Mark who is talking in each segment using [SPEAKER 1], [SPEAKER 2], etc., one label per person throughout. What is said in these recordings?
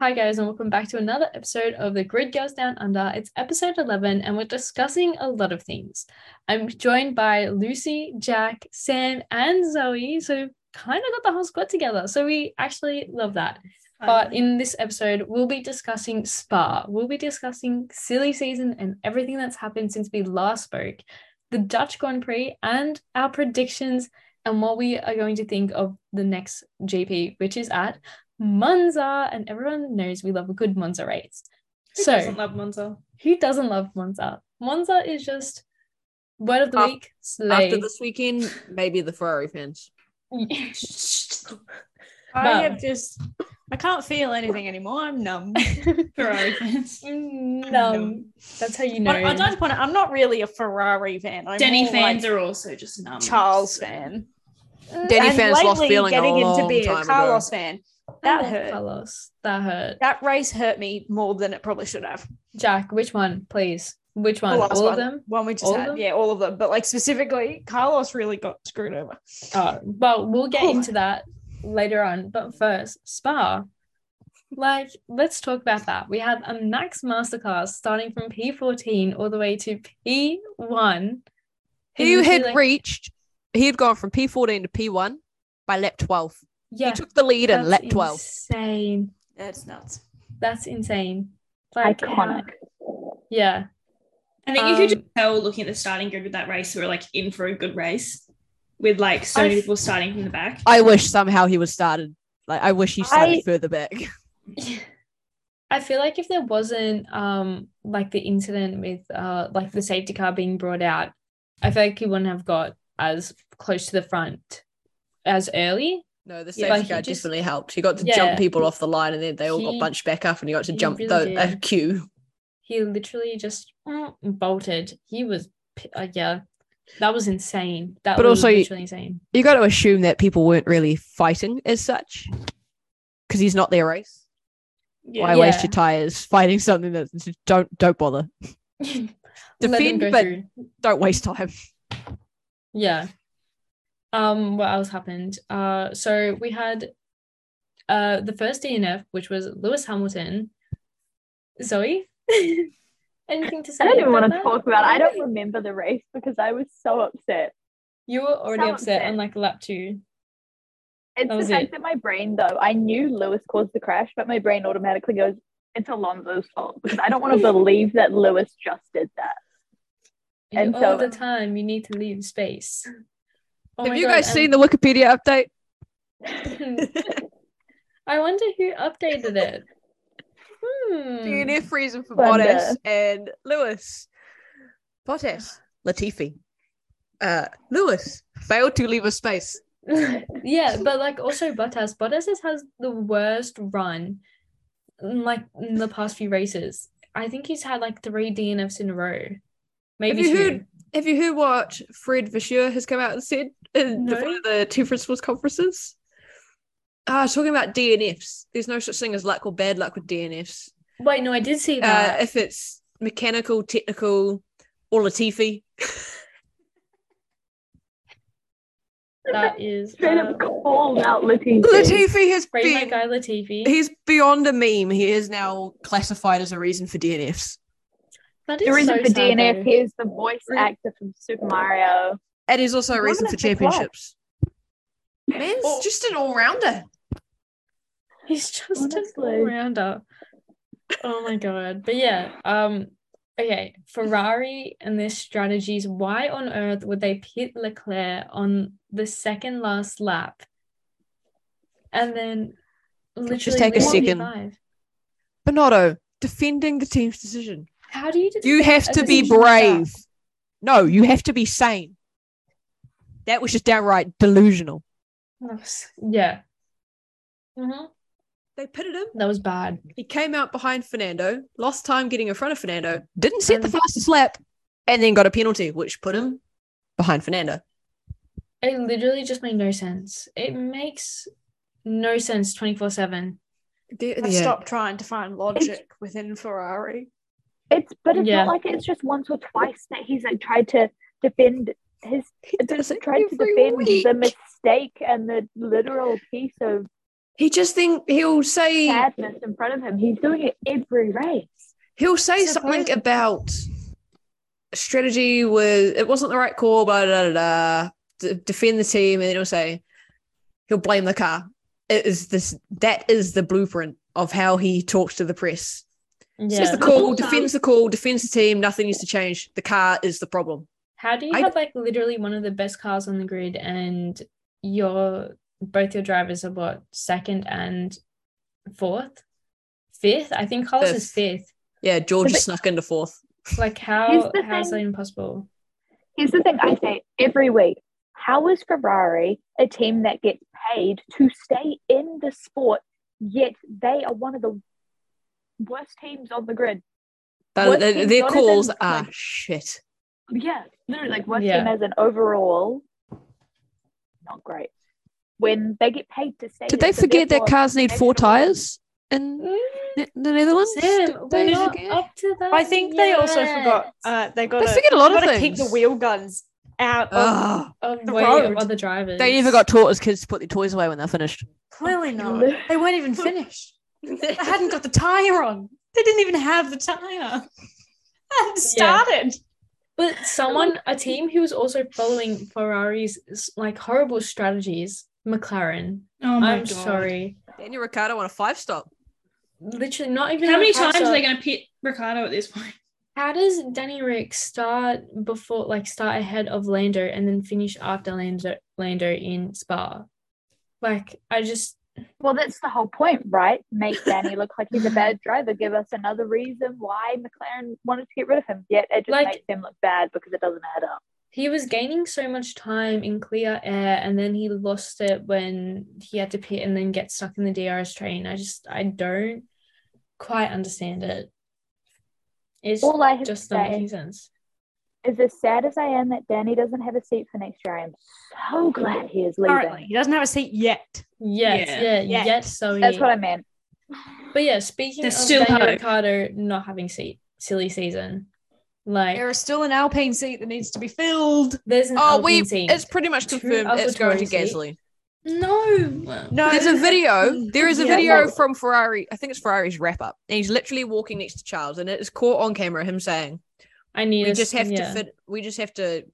[SPEAKER 1] Hi, guys, and welcome back to another episode of The Grid Girls Down Under. It's episode 11, and we're discussing a lot of things. I'm joined by Lucy, Jack, Sam, and Zoe. So, kind of got the whole squad together. So, we actually love that.
[SPEAKER 2] Um,
[SPEAKER 1] But in this episode, we'll be discussing Spa. We'll be discussing silly season and everything that's happened since we last spoke, the Dutch Grand Prix, and our predictions and what we are going to think of the next GP, which is at Monza. And everyone knows we love a good Monza race.
[SPEAKER 2] Who
[SPEAKER 1] so,
[SPEAKER 2] doesn't love Monza?
[SPEAKER 1] who doesn't love Monza? Monza is just word of the
[SPEAKER 3] Af-
[SPEAKER 1] week. Slay.
[SPEAKER 3] After this weekend, maybe the Ferrari fans.
[SPEAKER 1] Wow.
[SPEAKER 2] I have just, I can't feel anything anymore. I'm numb. Ferrari fans.
[SPEAKER 1] no, Mm, um, that's how you know.
[SPEAKER 2] I, I don't want to, I'm not really a Ferrari fan. I'm
[SPEAKER 4] Denny
[SPEAKER 2] more
[SPEAKER 4] fans
[SPEAKER 2] like
[SPEAKER 4] are also just numb.
[SPEAKER 2] Charles
[SPEAKER 4] So-
[SPEAKER 2] fan.
[SPEAKER 3] Denny
[SPEAKER 2] And
[SPEAKER 3] fans lost
[SPEAKER 2] lately
[SPEAKER 3] feeling a
[SPEAKER 2] getting
[SPEAKER 3] long
[SPEAKER 2] into being
[SPEAKER 3] time
[SPEAKER 2] a
[SPEAKER 3] ago.
[SPEAKER 2] Carlos fan. That
[SPEAKER 1] Oh,
[SPEAKER 2] hurt.
[SPEAKER 1] Carlos, that hurt.
[SPEAKER 2] That race hurt me more than it probably should have.
[SPEAKER 1] Jack, which one, please? Which
[SPEAKER 2] The
[SPEAKER 1] one?
[SPEAKER 2] last
[SPEAKER 1] All
[SPEAKER 2] one,
[SPEAKER 1] of them?
[SPEAKER 2] One we just
[SPEAKER 1] All of them?
[SPEAKER 2] had. Yeah, all of them. But like specifically, Carlos really got screwed over.
[SPEAKER 1] Oh, well, we'll get
[SPEAKER 2] Oh.
[SPEAKER 1] into that later on. But first, Spa. Like, let's talk about that. We had a max masterclass starting from P14 all the way to P1.
[SPEAKER 3] He
[SPEAKER 1] Isn't
[SPEAKER 3] had
[SPEAKER 1] like-
[SPEAKER 3] reached, he had gone from P14 to P1 by lap 12.
[SPEAKER 1] yeah,
[SPEAKER 3] He took the lead in
[SPEAKER 1] that's
[SPEAKER 3] lap 12.
[SPEAKER 1] Insane.
[SPEAKER 2] That's nuts.
[SPEAKER 1] That's insane. Like, uh,
[SPEAKER 5] Iconic.
[SPEAKER 1] yeah.
[SPEAKER 4] I think you could
[SPEAKER 1] Um,
[SPEAKER 4] just tell looking at the starting grid with that race, we were like in for a good race with like so
[SPEAKER 1] I
[SPEAKER 4] many
[SPEAKER 1] f-
[SPEAKER 4] people starting from the back.
[SPEAKER 3] I wish somehow he was started. Like I wish he started
[SPEAKER 2] I-
[SPEAKER 3] further back.
[SPEAKER 1] I feel like if there wasn't um like the incident with uh like the safety car being brought out, I feel like he wouldn't have got as close to the front as early.
[SPEAKER 3] No, the
[SPEAKER 1] Yeah,
[SPEAKER 3] safety
[SPEAKER 1] but he
[SPEAKER 3] car
[SPEAKER 1] just-
[SPEAKER 3] definitely helped. He got to
[SPEAKER 1] Yeah.
[SPEAKER 3] jump people off the line, and then they all
[SPEAKER 1] He-
[SPEAKER 3] got bunched back up, and he got to
[SPEAKER 1] he
[SPEAKER 3] jump
[SPEAKER 1] really
[SPEAKER 3] the a
[SPEAKER 1] did.
[SPEAKER 3] queue.
[SPEAKER 1] He literally just mm, bolted. He was p- uh, yeah, that was insane. That
[SPEAKER 3] But
[SPEAKER 1] was
[SPEAKER 3] also you-
[SPEAKER 1] literally insane.
[SPEAKER 3] You got to assume that people weren't really fighting as such, because he's not their race.
[SPEAKER 4] Yeah.
[SPEAKER 3] Why
[SPEAKER 1] Yeah.
[SPEAKER 3] waste your tires fighting something that just don't don't bother?
[SPEAKER 1] Let him
[SPEAKER 3] Defend,
[SPEAKER 1] go
[SPEAKER 3] but
[SPEAKER 1] through.
[SPEAKER 3] don't waste time.
[SPEAKER 1] Yeah. Um, what else happened? Uh, so we had uh the first DNF, which was Lewis Hamilton. Zoe, anything to say?
[SPEAKER 5] I don't even
[SPEAKER 1] about
[SPEAKER 5] want to
[SPEAKER 1] that?
[SPEAKER 5] talk about it. I don't remember the race because I was so upset.
[SPEAKER 1] You were already
[SPEAKER 5] so
[SPEAKER 1] upset
[SPEAKER 5] upset.
[SPEAKER 1] on like lap two.
[SPEAKER 5] It's
[SPEAKER 1] That
[SPEAKER 5] the
[SPEAKER 1] was
[SPEAKER 5] fact
[SPEAKER 1] it.
[SPEAKER 5] that my brain, though, I knew Lewis caused the crash, but my brain automatically goes, it's Alonso's fault because I don't want to believe that Lewis just did that.
[SPEAKER 1] You-
[SPEAKER 5] And
[SPEAKER 1] all
[SPEAKER 5] so-
[SPEAKER 1] the time you need to leave space. Oh
[SPEAKER 3] Have
[SPEAKER 1] my
[SPEAKER 3] you
[SPEAKER 1] God,
[SPEAKER 3] guys
[SPEAKER 1] and-
[SPEAKER 3] seen the Wikipedia update?
[SPEAKER 1] I wonder who updated it. Hmm.
[SPEAKER 3] DNF reason for
[SPEAKER 5] Wonder.
[SPEAKER 3] Bottas and Lewis. Bottas, Latifi, uh, Lewis failed to leave a space.
[SPEAKER 1] yeah, but like also Bottas. Bottas has- has the worst run, in, like in the past few races. I think he's had like three DNFs in a row, maybe
[SPEAKER 3] you
[SPEAKER 1] two.
[SPEAKER 3] heard- Have you heard what Fred Vasseur has come out and said in the-
[SPEAKER 1] No.
[SPEAKER 3] one of the two principals conferences? Ah, talking about DNFs. There's no such thing as luck or bad luck with DNFs.
[SPEAKER 1] Wait, no, I did see
[SPEAKER 3] Uh,
[SPEAKER 1] that.
[SPEAKER 3] if it's mechanical, technical, or Latifi.
[SPEAKER 1] that is
[SPEAKER 5] Straight
[SPEAKER 1] uh,
[SPEAKER 5] up called out Latifi.
[SPEAKER 3] Latifi has
[SPEAKER 1] Free my
[SPEAKER 3] been
[SPEAKER 1] guy Latifi.
[SPEAKER 3] he's beyond a meme. He is now classified as a reason for DNFs.
[SPEAKER 1] That is
[SPEAKER 5] The reason
[SPEAKER 1] so
[SPEAKER 5] for
[SPEAKER 1] sad,
[SPEAKER 5] DNF,
[SPEAKER 1] though.
[SPEAKER 5] he is the voice actor from Super Mario.
[SPEAKER 3] It is also a
[SPEAKER 5] Why
[SPEAKER 3] reason
[SPEAKER 5] would
[SPEAKER 3] for
[SPEAKER 5] it pick luck?
[SPEAKER 3] championships. Oh. Man's
[SPEAKER 4] Or-
[SPEAKER 3] just an all rounder.
[SPEAKER 1] He's just an
[SPEAKER 5] Honestly.
[SPEAKER 1] all-rounder. Oh my god. But yeah, um okay, Ferrari and their strategies, why on earth would they pit Leclerc on the second last lap? And then literally
[SPEAKER 3] Just take a
[SPEAKER 1] leave him
[SPEAKER 3] second.
[SPEAKER 1] alive?
[SPEAKER 3] Bonotto, defending the team's decision.
[SPEAKER 1] How do you do
[SPEAKER 3] You have to be brave. No, you have to be sane. That was just downright delusional.
[SPEAKER 1] Yeah. Mhm.
[SPEAKER 3] They pitted him.
[SPEAKER 1] That was bad.
[SPEAKER 3] He came out behind Fernando, lost time getting in front of Fernando, didn't set the
[SPEAKER 1] And-
[SPEAKER 3] fastest lap, and then got a penalty, which put him behind Fernando.
[SPEAKER 1] It literally just made no sense. It makes no sense 24 7.
[SPEAKER 2] I've stopped trying to find logic within Ferrari.
[SPEAKER 5] It's But it's
[SPEAKER 1] Yeah.
[SPEAKER 5] not like it's just once or twice that he's like tried to defend his
[SPEAKER 3] He does it
[SPEAKER 5] tried to
[SPEAKER 3] every
[SPEAKER 5] defend
[SPEAKER 3] week.
[SPEAKER 5] the mistake and the literal piece of
[SPEAKER 6] He just think he'll say
[SPEAKER 5] Sadness in front of him. He's doing it every race.
[SPEAKER 6] he'll say
[SPEAKER 3] Suppose-
[SPEAKER 6] something about strategy was it wasn't the right call, blah blah blah. blah d- defend the team, and then he'll say he'll blame the car. It is this that is the blueprint of how he talks to the press.
[SPEAKER 1] Yeah. um,
[SPEAKER 6] Says the call, defends the call, defends the team. Nothing needs to change. The car is the problem.
[SPEAKER 1] How do you
[SPEAKER 6] I-
[SPEAKER 1] have like literally one of the best cars on the grid and your both your drivers are what second and fourth, fifth? I think Carlos is fifth.
[SPEAKER 6] Yeah, George
[SPEAKER 5] But-
[SPEAKER 6] snuck into fourth.
[SPEAKER 1] Like how
[SPEAKER 5] the
[SPEAKER 1] how is that
[SPEAKER 5] thing.
[SPEAKER 1] even possible?
[SPEAKER 5] Here's the thing I say every week. How is Ferrari a team that gets paid to stay in the sport, yet they are one of the worst teams on the grid?
[SPEAKER 6] But
[SPEAKER 5] What
[SPEAKER 6] their-
[SPEAKER 5] team
[SPEAKER 6] their
[SPEAKER 5] got it
[SPEAKER 6] calls
[SPEAKER 5] then?
[SPEAKER 6] are
[SPEAKER 5] Like-
[SPEAKER 6] shit.
[SPEAKER 5] Yeah, literally, like worst
[SPEAKER 1] Yeah.
[SPEAKER 5] team as an overall, not great. When they get paid to stay,
[SPEAKER 3] Did
[SPEAKER 5] there,
[SPEAKER 3] they
[SPEAKER 5] so
[SPEAKER 3] forget that
[SPEAKER 5] therefore-
[SPEAKER 3] cars need
[SPEAKER 5] they
[SPEAKER 3] four
[SPEAKER 5] should've won.
[SPEAKER 3] tires in the Netherlands?
[SPEAKER 1] Sam,
[SPEAKER 3] Did
[SPEAKER 1] we're
[SPEAKER 3] they
[SPEAKER 1] not
[SPEAKER 3] forget?
[SPEAKER 1] up to that.
[SPEAKER 2] I think they also
[SPEAKER 1] yet.
[SPEAKER 2] forgot. Uh, they got
[SPEAKER 3] They forget a lot of
[SPEAKER 2] to
[SPEAKER 3] things.
[SPEAKER 2] keep the wheel guns out.
[SPEAKER 1] Oh,
[SPEAKER 6] Um,
[SPEAKER 2] of,
[SPEAKER 3] Ugh.
[SPEAKER 1] of
[SPEAKER 2] the
[SPEAKER 1] way of
[SPEAKER 2] road.
[SPEAKER 1] other drivers.
[SPEAKER 3] they never got taught as kids to put their toys away when they're finished.
[SPEAKER 2] clearly not. They weren't even finished. they hadn't got the tire on. They didn't even have the tire. They hadn't started.
[SPEAKER 1] But someone, a team who was also following Ferrari's like horrible strategies, McLaren.
[SPEAKER 4] Oh my
[SPEAKER 1] I'm
[SPEAKER 4] god.
[SPEAKER 1] sorry.
[SPEAKER 6] Daniel Ricciardo on a five stop.
[SPEAKER 1] Literally, not even.
[SPEAKER 4] How
[SPEAKER 1] a
[SPEAKER 4] many
[SPEAKER 1] five
[SPEAKER 4] times are they
[SPEAKER 1] star.
[SPEAKER 4] going to pit Ricardo at this point?
[SPEAKER 1] How does Danny Rick start before, like, start ahead of Lando and then finish after Lando, Lando in Spa? Like, I just
[SPEAKER 5] Well, that's the whole point, right? Make Danny look like he's a bad driver. Give us another reason why McLaren wanted to get rid of him. Yet it just
[SPEAKER 1] Like-
[SPEAKER 5] makes them look bad because it doesn't add up.
[SPEAKER 1] he was gaining so much time in clear air and then he lost it when he had to pit and then get stuck in the DRS train. I just I don't quite understand it. It's
[SPEAKER 5] All I have
[SPEAKER 1] just
[SPEAKER 5] to
[SPEAKER 1] not
[SPEAKER 5] say
[SPEAKER 1] making sense.
[SPEAKER 5] is, as sad as I am that Danny doesn't have a seat for next year, I am so glad he is leaving.
[SPEAKER 2] Currently, he doesn't have a seat yet.
[SPEAKER 1] Yes,
[SPEAKER 4] Yeah.
[SPEAKER 1] yeah,
[SPEAKER 2] Yeah.
[SPEAKER 1] yet so
[SPEAKER 5] That's what I meant.
[SPEAKER 1] But yeah, speaking
[SPEAKER 4] There's
[SPEAKER 1] of
[SPEAKER 4] still
[SPEAKER 1] Daniel
[SPEAKER 4] hope.
[SPEAKER 1] Ricciardo not having seat silly season. Like
[SPEAKER 2] There is still an Alpine seat that needs to be filled.
[SPEAKER 1] there's an
[SPEAKER 6] Oh, we.
[SPEAKER 1] scene.
[SPEAKER 6] It's pretty much
[SPEAKER 1] Two
[SPEAKER 6] confirmed.
[SPEAKER 1] other
[SPEAKER 6] It's going to
[SPEAKER 1] Tories each.
[SPEAKER 6] Gasly.
[SPEAKER 4] No.
[SPEAKER 2] No,
[SPEAKER 6] There's a video. There is a
[SPEAKER 5] Yeah,
[SPEAKER 6] video
[SPEAKER 5] well-
[SPEAKER 6] from Ferrari. I think it's Ferrari's wrap up, and he's literally walking next to Charles, and it is caught on camera. Him saying,
[SPEAKER 1] I need
[SPEAKER 6] "We
[SPEAKER 1] us-
[SPEAKER 6] just have
[SPEAKER 1] yeah.
[SPEAKER 6] to fit. We just have to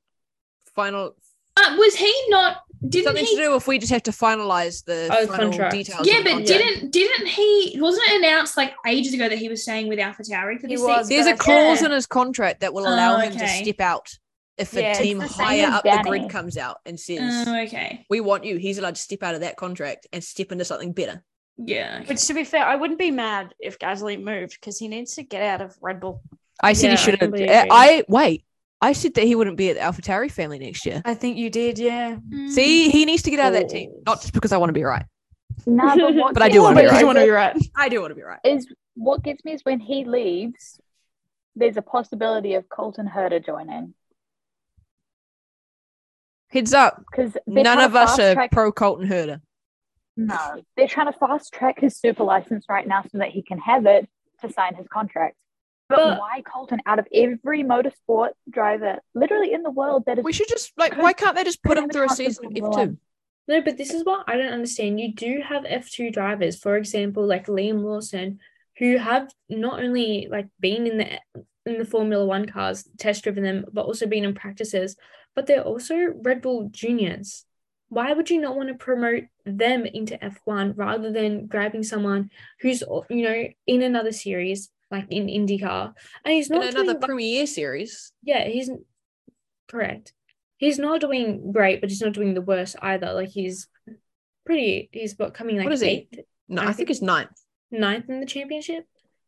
[SPEAKER 6] final
[SPEAKER 4] Uh, was he not? Didn't
[SPEAKER 6] something
[SPEAKER 4] he?
[SPEAKER 6] to do with. We just have to finalize the
[SPEAKER 1] Oh,
[SPEAKER 6] final
[SPEAKER 1] contract.
[SPEAKER 6] details."
[SPEAKER 4] Yeah,
[SPEAKER 6] of the
[SPEAKER 4] but
[SPEAKER 6] contract."
[SPEAKER 4] didn't didn't he? Wasn't it announced like ages ago that he was staying with AlphaTauri for
[SPEAKER 2] He
[SPEAKER 4] this season?
[SPEAKER 2] was.
[SPEAKER 6] there's a
[SPEAKER 2] Yeah.
[SPEAKER 6] clause in his contract that will allow
[SPEAKER 4] Oh,
[SPEAKER 6] him to
[SPEAKER 4] okay.
[SPEAKER 6] step out if
[SPEAKER 2] Yeah,
[SPEAKER 6] a
[SPEAKER 2] it's
[SPEAKER 6] team
[SPEAKER 5] the same
[SPEAKER 6] higher
[SPEAKER 5] as
[SPEAKER 6] up the grid
[SPEAKER 5] Danny.
[SPEAKER 6] comes out and says,
[SPEAKER 4] Oh, okay.
[SPEAKER 6] "We want you." He's allowed to step out of that contract and step into something better.
[SPEAKER 4] Yeah. okay.
[SPEAKER 2] Which, to be fair, I wouldn't be mad if Gasly moved because he needs to get out of Red Bull.
[SPEAKER 3] I said
[SPEAKER 1] Yeah, I
[SPEAKER 3] he should have.
[SPEAKER 1] completely
[SPEAKER 3] I,
[SPEAKER 1] agree.
[SPEAKER 3] I- wait. I said that he wouldn't be at the AlphaTauri family next year.
[SPEAKER 2] I think you did, yeah.
[SPEAKER 3] See, he needs to get out of that team, not just because I want to be right.
[SPEAKER 5] Nah, but, what
[SPEAKER 3] But I do
[SPEAKER 5] gets
[SPEAKER 3] wanna be
[SPEAKER 5] me
[SPEAKER 3] right.
[SPEAKER 5] is
[SPEAKER 3] You
[SPEAKER 5] that-
[SPEAKER 2] right.
[SPEAKER 6] I do want to be right.
[SPEAKER 5] Is what gets me is when he leaves, there's a possibility of Colton Herder joining
[SPEAKER 3] Heads up,
[SPEAKER 5] because
[SPEAKER 3] none of us are pro Colton Herder.
[SPEAKER 5] No, they're trying to fast track his super license right now so that he can have it to sign his contract. But,
[SPEAKER 1] But-
[SPEAKER 5] why Colton? Out of every motorsport driver, literally in the world, that is
[SPEAKER 3] We should just like, why can't they just put
[SPEAKER 5] Could
[SPEAKER 3] him
[SPEAKER 5] have
[SPEAKER 3] through a
[SPEAKER 5] talked to
[SPEAKER 3] season F
[SPEAKER 5] Formula
[SPEAKER 3] two?
[SPEAKER 5] One.
[SPEAKER 1] No, but this is what I don't understand. You do have F2 drivers, for example, like Liam Lawson, who have not only like been in the in the Formula One cars, test driven them, but also been in practices, but they're also Red Bull juniors. Why would you not want to promote them into F1 rather than grabbing someone who's, you know, in another series, like in IndyCar, and he's
[SPEAKER 6] In
[SPEAKER 1] not
[SPEAKER 6] another
[SPEAKER 1] doing
[SPEAKER 6] premiere series,
[SPEAKER 1] yeah, he's n- correct. He's not doing great, but he's not doing the worst either. Like he's pretty. He's what coming like
[SPEAKER 6] What is he?
[SPEAKER 1] eighth,
[SPEAKER 6] No,
[SPEAKER 1] I
[SPEAKER 6] I,
[SPEAKER 1] think-
[SPEAKER 6] think it's ninth.
[SPEAKER 1] ninth in the championship.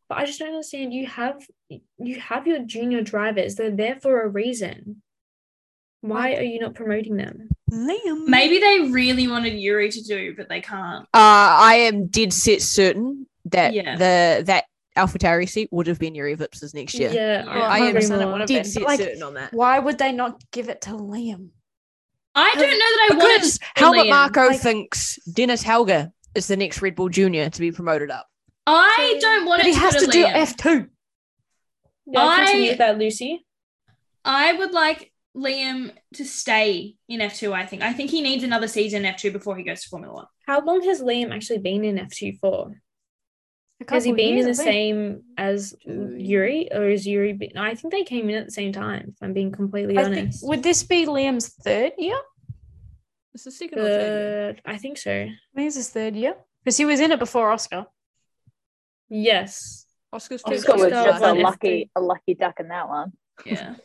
[SPEAKER 1] But I just don't understand. You have you have your junior drivers. They're there for a reason. Why are you not promoting them?
[SPEAKER 2] Liam.
[SPEAKER 4] Maybe they really wanted Yuri to do, but they can't.
[SPEAKER 3] Uh, I am dead set certain that
[SPEAKER 4] Yeah.
[SPEAKER 3] the that AlphaTauri seat would have been Yuri Vips's next year.
[SPEAKER 1] Yeah,
[SPEAKER 4] Well,
[SPEAKER 1] I
[SPEAKER 3] I am
[SPEAKER 1] am
[SPEAKER 2] saying it would have
[SPEAKER 3] Dead
[SPEAKER 2] been,
[SPEAKER 3] set
[SPEAKER 2] but, like,
[SPEAKER 3] certain on that.
[SPEAKER 2] Why would they not give it to Liam?
[SPEAKER 4] I don't know that I wanted
[SPEAKER 3] Because Helmut
[SPEAKER 4] Liam.
[SPEAKER 3] Marco
[SPEAKER 4] Like-
[SPEAKER 3] thinks Dennis Helga is the next Red Bull Junior to be promoted up.
[SPEAKER 4] I don't want
[SPEAKER 2] But
[SPEAKER 4] it
[SPEAKER 2] he
[SPEAKER 4] to
[SPEAKER 2] has
[SPEAKER 4] go
[SPEAKER 2] to
[SPEAKER 4] to
[SPEAKER 2] do
[SPEAKER 4] Liam.
[SPEAKER 2] F2.
[SPEAKER 1] Yeah, continue
[SPEAKER 4] I-
[SPEAKER 1] with that, Lucy.
[SPEAKER 4] I would like Liam to stay in F2, I think. I think he needs another season in F2 before he goes to Formula One.
[SPEAKER 1] How long has Liam actually been in F2 for?
[SPEAKER 2] A
[SPEAKER 1] Has he
[SPEAKER 2] couple
[SPEAKER 1] been in the
[SPEAKER 2] years, I think.
[SPEAKER 1] same as Yuri or is Yuri been? No, I think they came in at the same time, if I'm being completely
[SPEAKER 2] I think,
[SPEAKER 1] honest.
[SPEAKER 2] would this be Liam's third year?
[SPEAKER 7] It's the second or third. year.
[SPEAKER 1] Third, I think so.
[SPEAKER 2] I think it's his third year because he was in it before Oscar.
[SPEAKER 1] Yes.
[SPEAKER 7] Oscar's
[SPEAKER 1] Oscar
[SPEAKER 7] first
[SPEAKER 1] was
[SPEAKER 5] was
[SPEAKER 7] year.
[SPEAKER 1] Oscar
[SPEAKER 5] Oh, just a
[SPEAKER 1] won
[SPEAKER 5] lucky, a lucky duck in that one.
[SPEAKER 4] Yeah.
[SPEAKER 3] Hmm.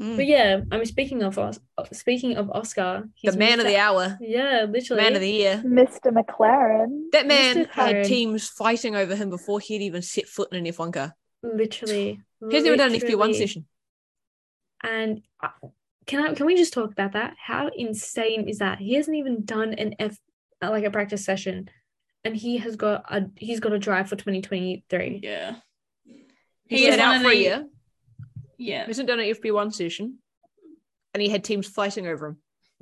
[SPEAKER 7] Mm.
[SPEAKER 1] But yeah, I mean speaking of Os- speaking of Oscar,
[SPEAKER 3] The man of the hour,
[SPEAKER 1] Yeah, literally.
[SPEAKER 3] man of the year.
[SPEAKER 5] Mr. McLaren.
[SPEAKER 3] That man
[SPEAKER 1] Mr.
[SPEAKER 3] had
[SPEAKER 1] Karen.
[SPEAKER 3] teams fighting over him before he'd even set foot in an F1 car.
[SPEAKER 1] literally.
[SPEAKER 3] He's never done an
[SPEAKER 1] literally.
[SPEAKER 3] FP1 session.
[SPEAKER 1] And I- can I can we just talk about that? How insane is that? He hasn't even done an F uh, like a practice session, and he has got a he's got a drive for twenty twenty three.
[SPEAKER 4] Yeah.
[SPEAKER 3] He's
[SPEAKER 4] is one
[SPEAKER 3] been out
[SPEAKER 4] of
[SPEAKER 3] for a
[SPEAKER 4] the-
[SPEAKER 3] year.
[SPEAKER 4] Yeah.
[SPEAKER 3] He hasn't done an FP1 session, and he had teams fighting over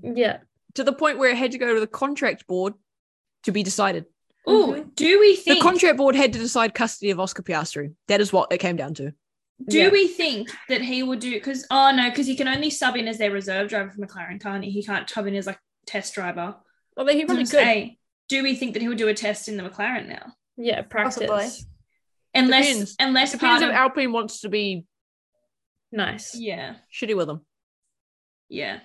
[SPEAKER 3] him
[SPEAKER 1] Yeah,
[SPEAKER 3] to the point where it had to go to the contract board to be decided.
[SPEAKER 4] Oh, do we think
[SPEAKER 3] The contract board had to decide custody of Oscar Piastri. That is what it came down to.
[SPEAKER 4] do
[SPEAKER 1] Yeah.
[SPEAKER 4] we think that he will do because oh no, because he can only sub in as their reserve driver for McLaren, can't he? He can't sub in as like test driver.
[SPEAKER 3] Well, he
[SPEAKER 4] I
[SPEAKER 3] probably
[SPEAKER 4] was
[SPEAKER 3] could.
[SPEAKER 4] gonna say, do we think that he will do a test in the McLaren now?
[SPEAKER 1] yeah, practice.
[SPEAKER 4] Unless
[SPEAKER 3] Depends.
[SPEAKER 4] unless
[SPEAKER 3] Depends
[SPEAKER 4] part
[SPEAKER 3] if
[SPEAKER 4] of-
[SPEAKER 3] Alpine wants to be
[SPEAKER 1] Nice.
[SPEAKER 4] Yeah.
[SPEAKER 3] shitty with him.
[SPEAKER 4] Yeah.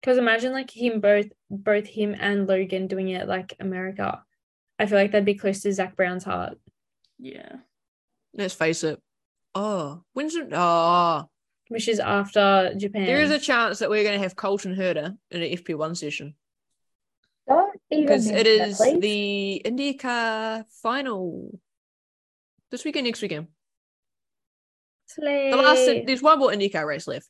[SPEAKER 1] Because imagine like him both both him and Logan doing it like America. I feel like that'd be close to Zach Brown's heart.
[SPEAKER 4] Yeah.
[SPEAKER 3] Let's face it. Oh, when's it? Oh,
[SPEAKER 1] Which is after Japan.
[SPEAKER 3] there is a chance that we're going to have Colton Herder in an FP1 session
[SPEAKER 5] Don't even
[SPEAKER 3] because
[SPEAKER 5] mention
[SPEAKER 3] it is
[SPEAKER 5] please.
[SPEAKER 3] the IndyCar final this weekend, next weekend. The last
[SPEAKER 1] Slay.
[SPEAKER 3] there's one more IndyCar race left,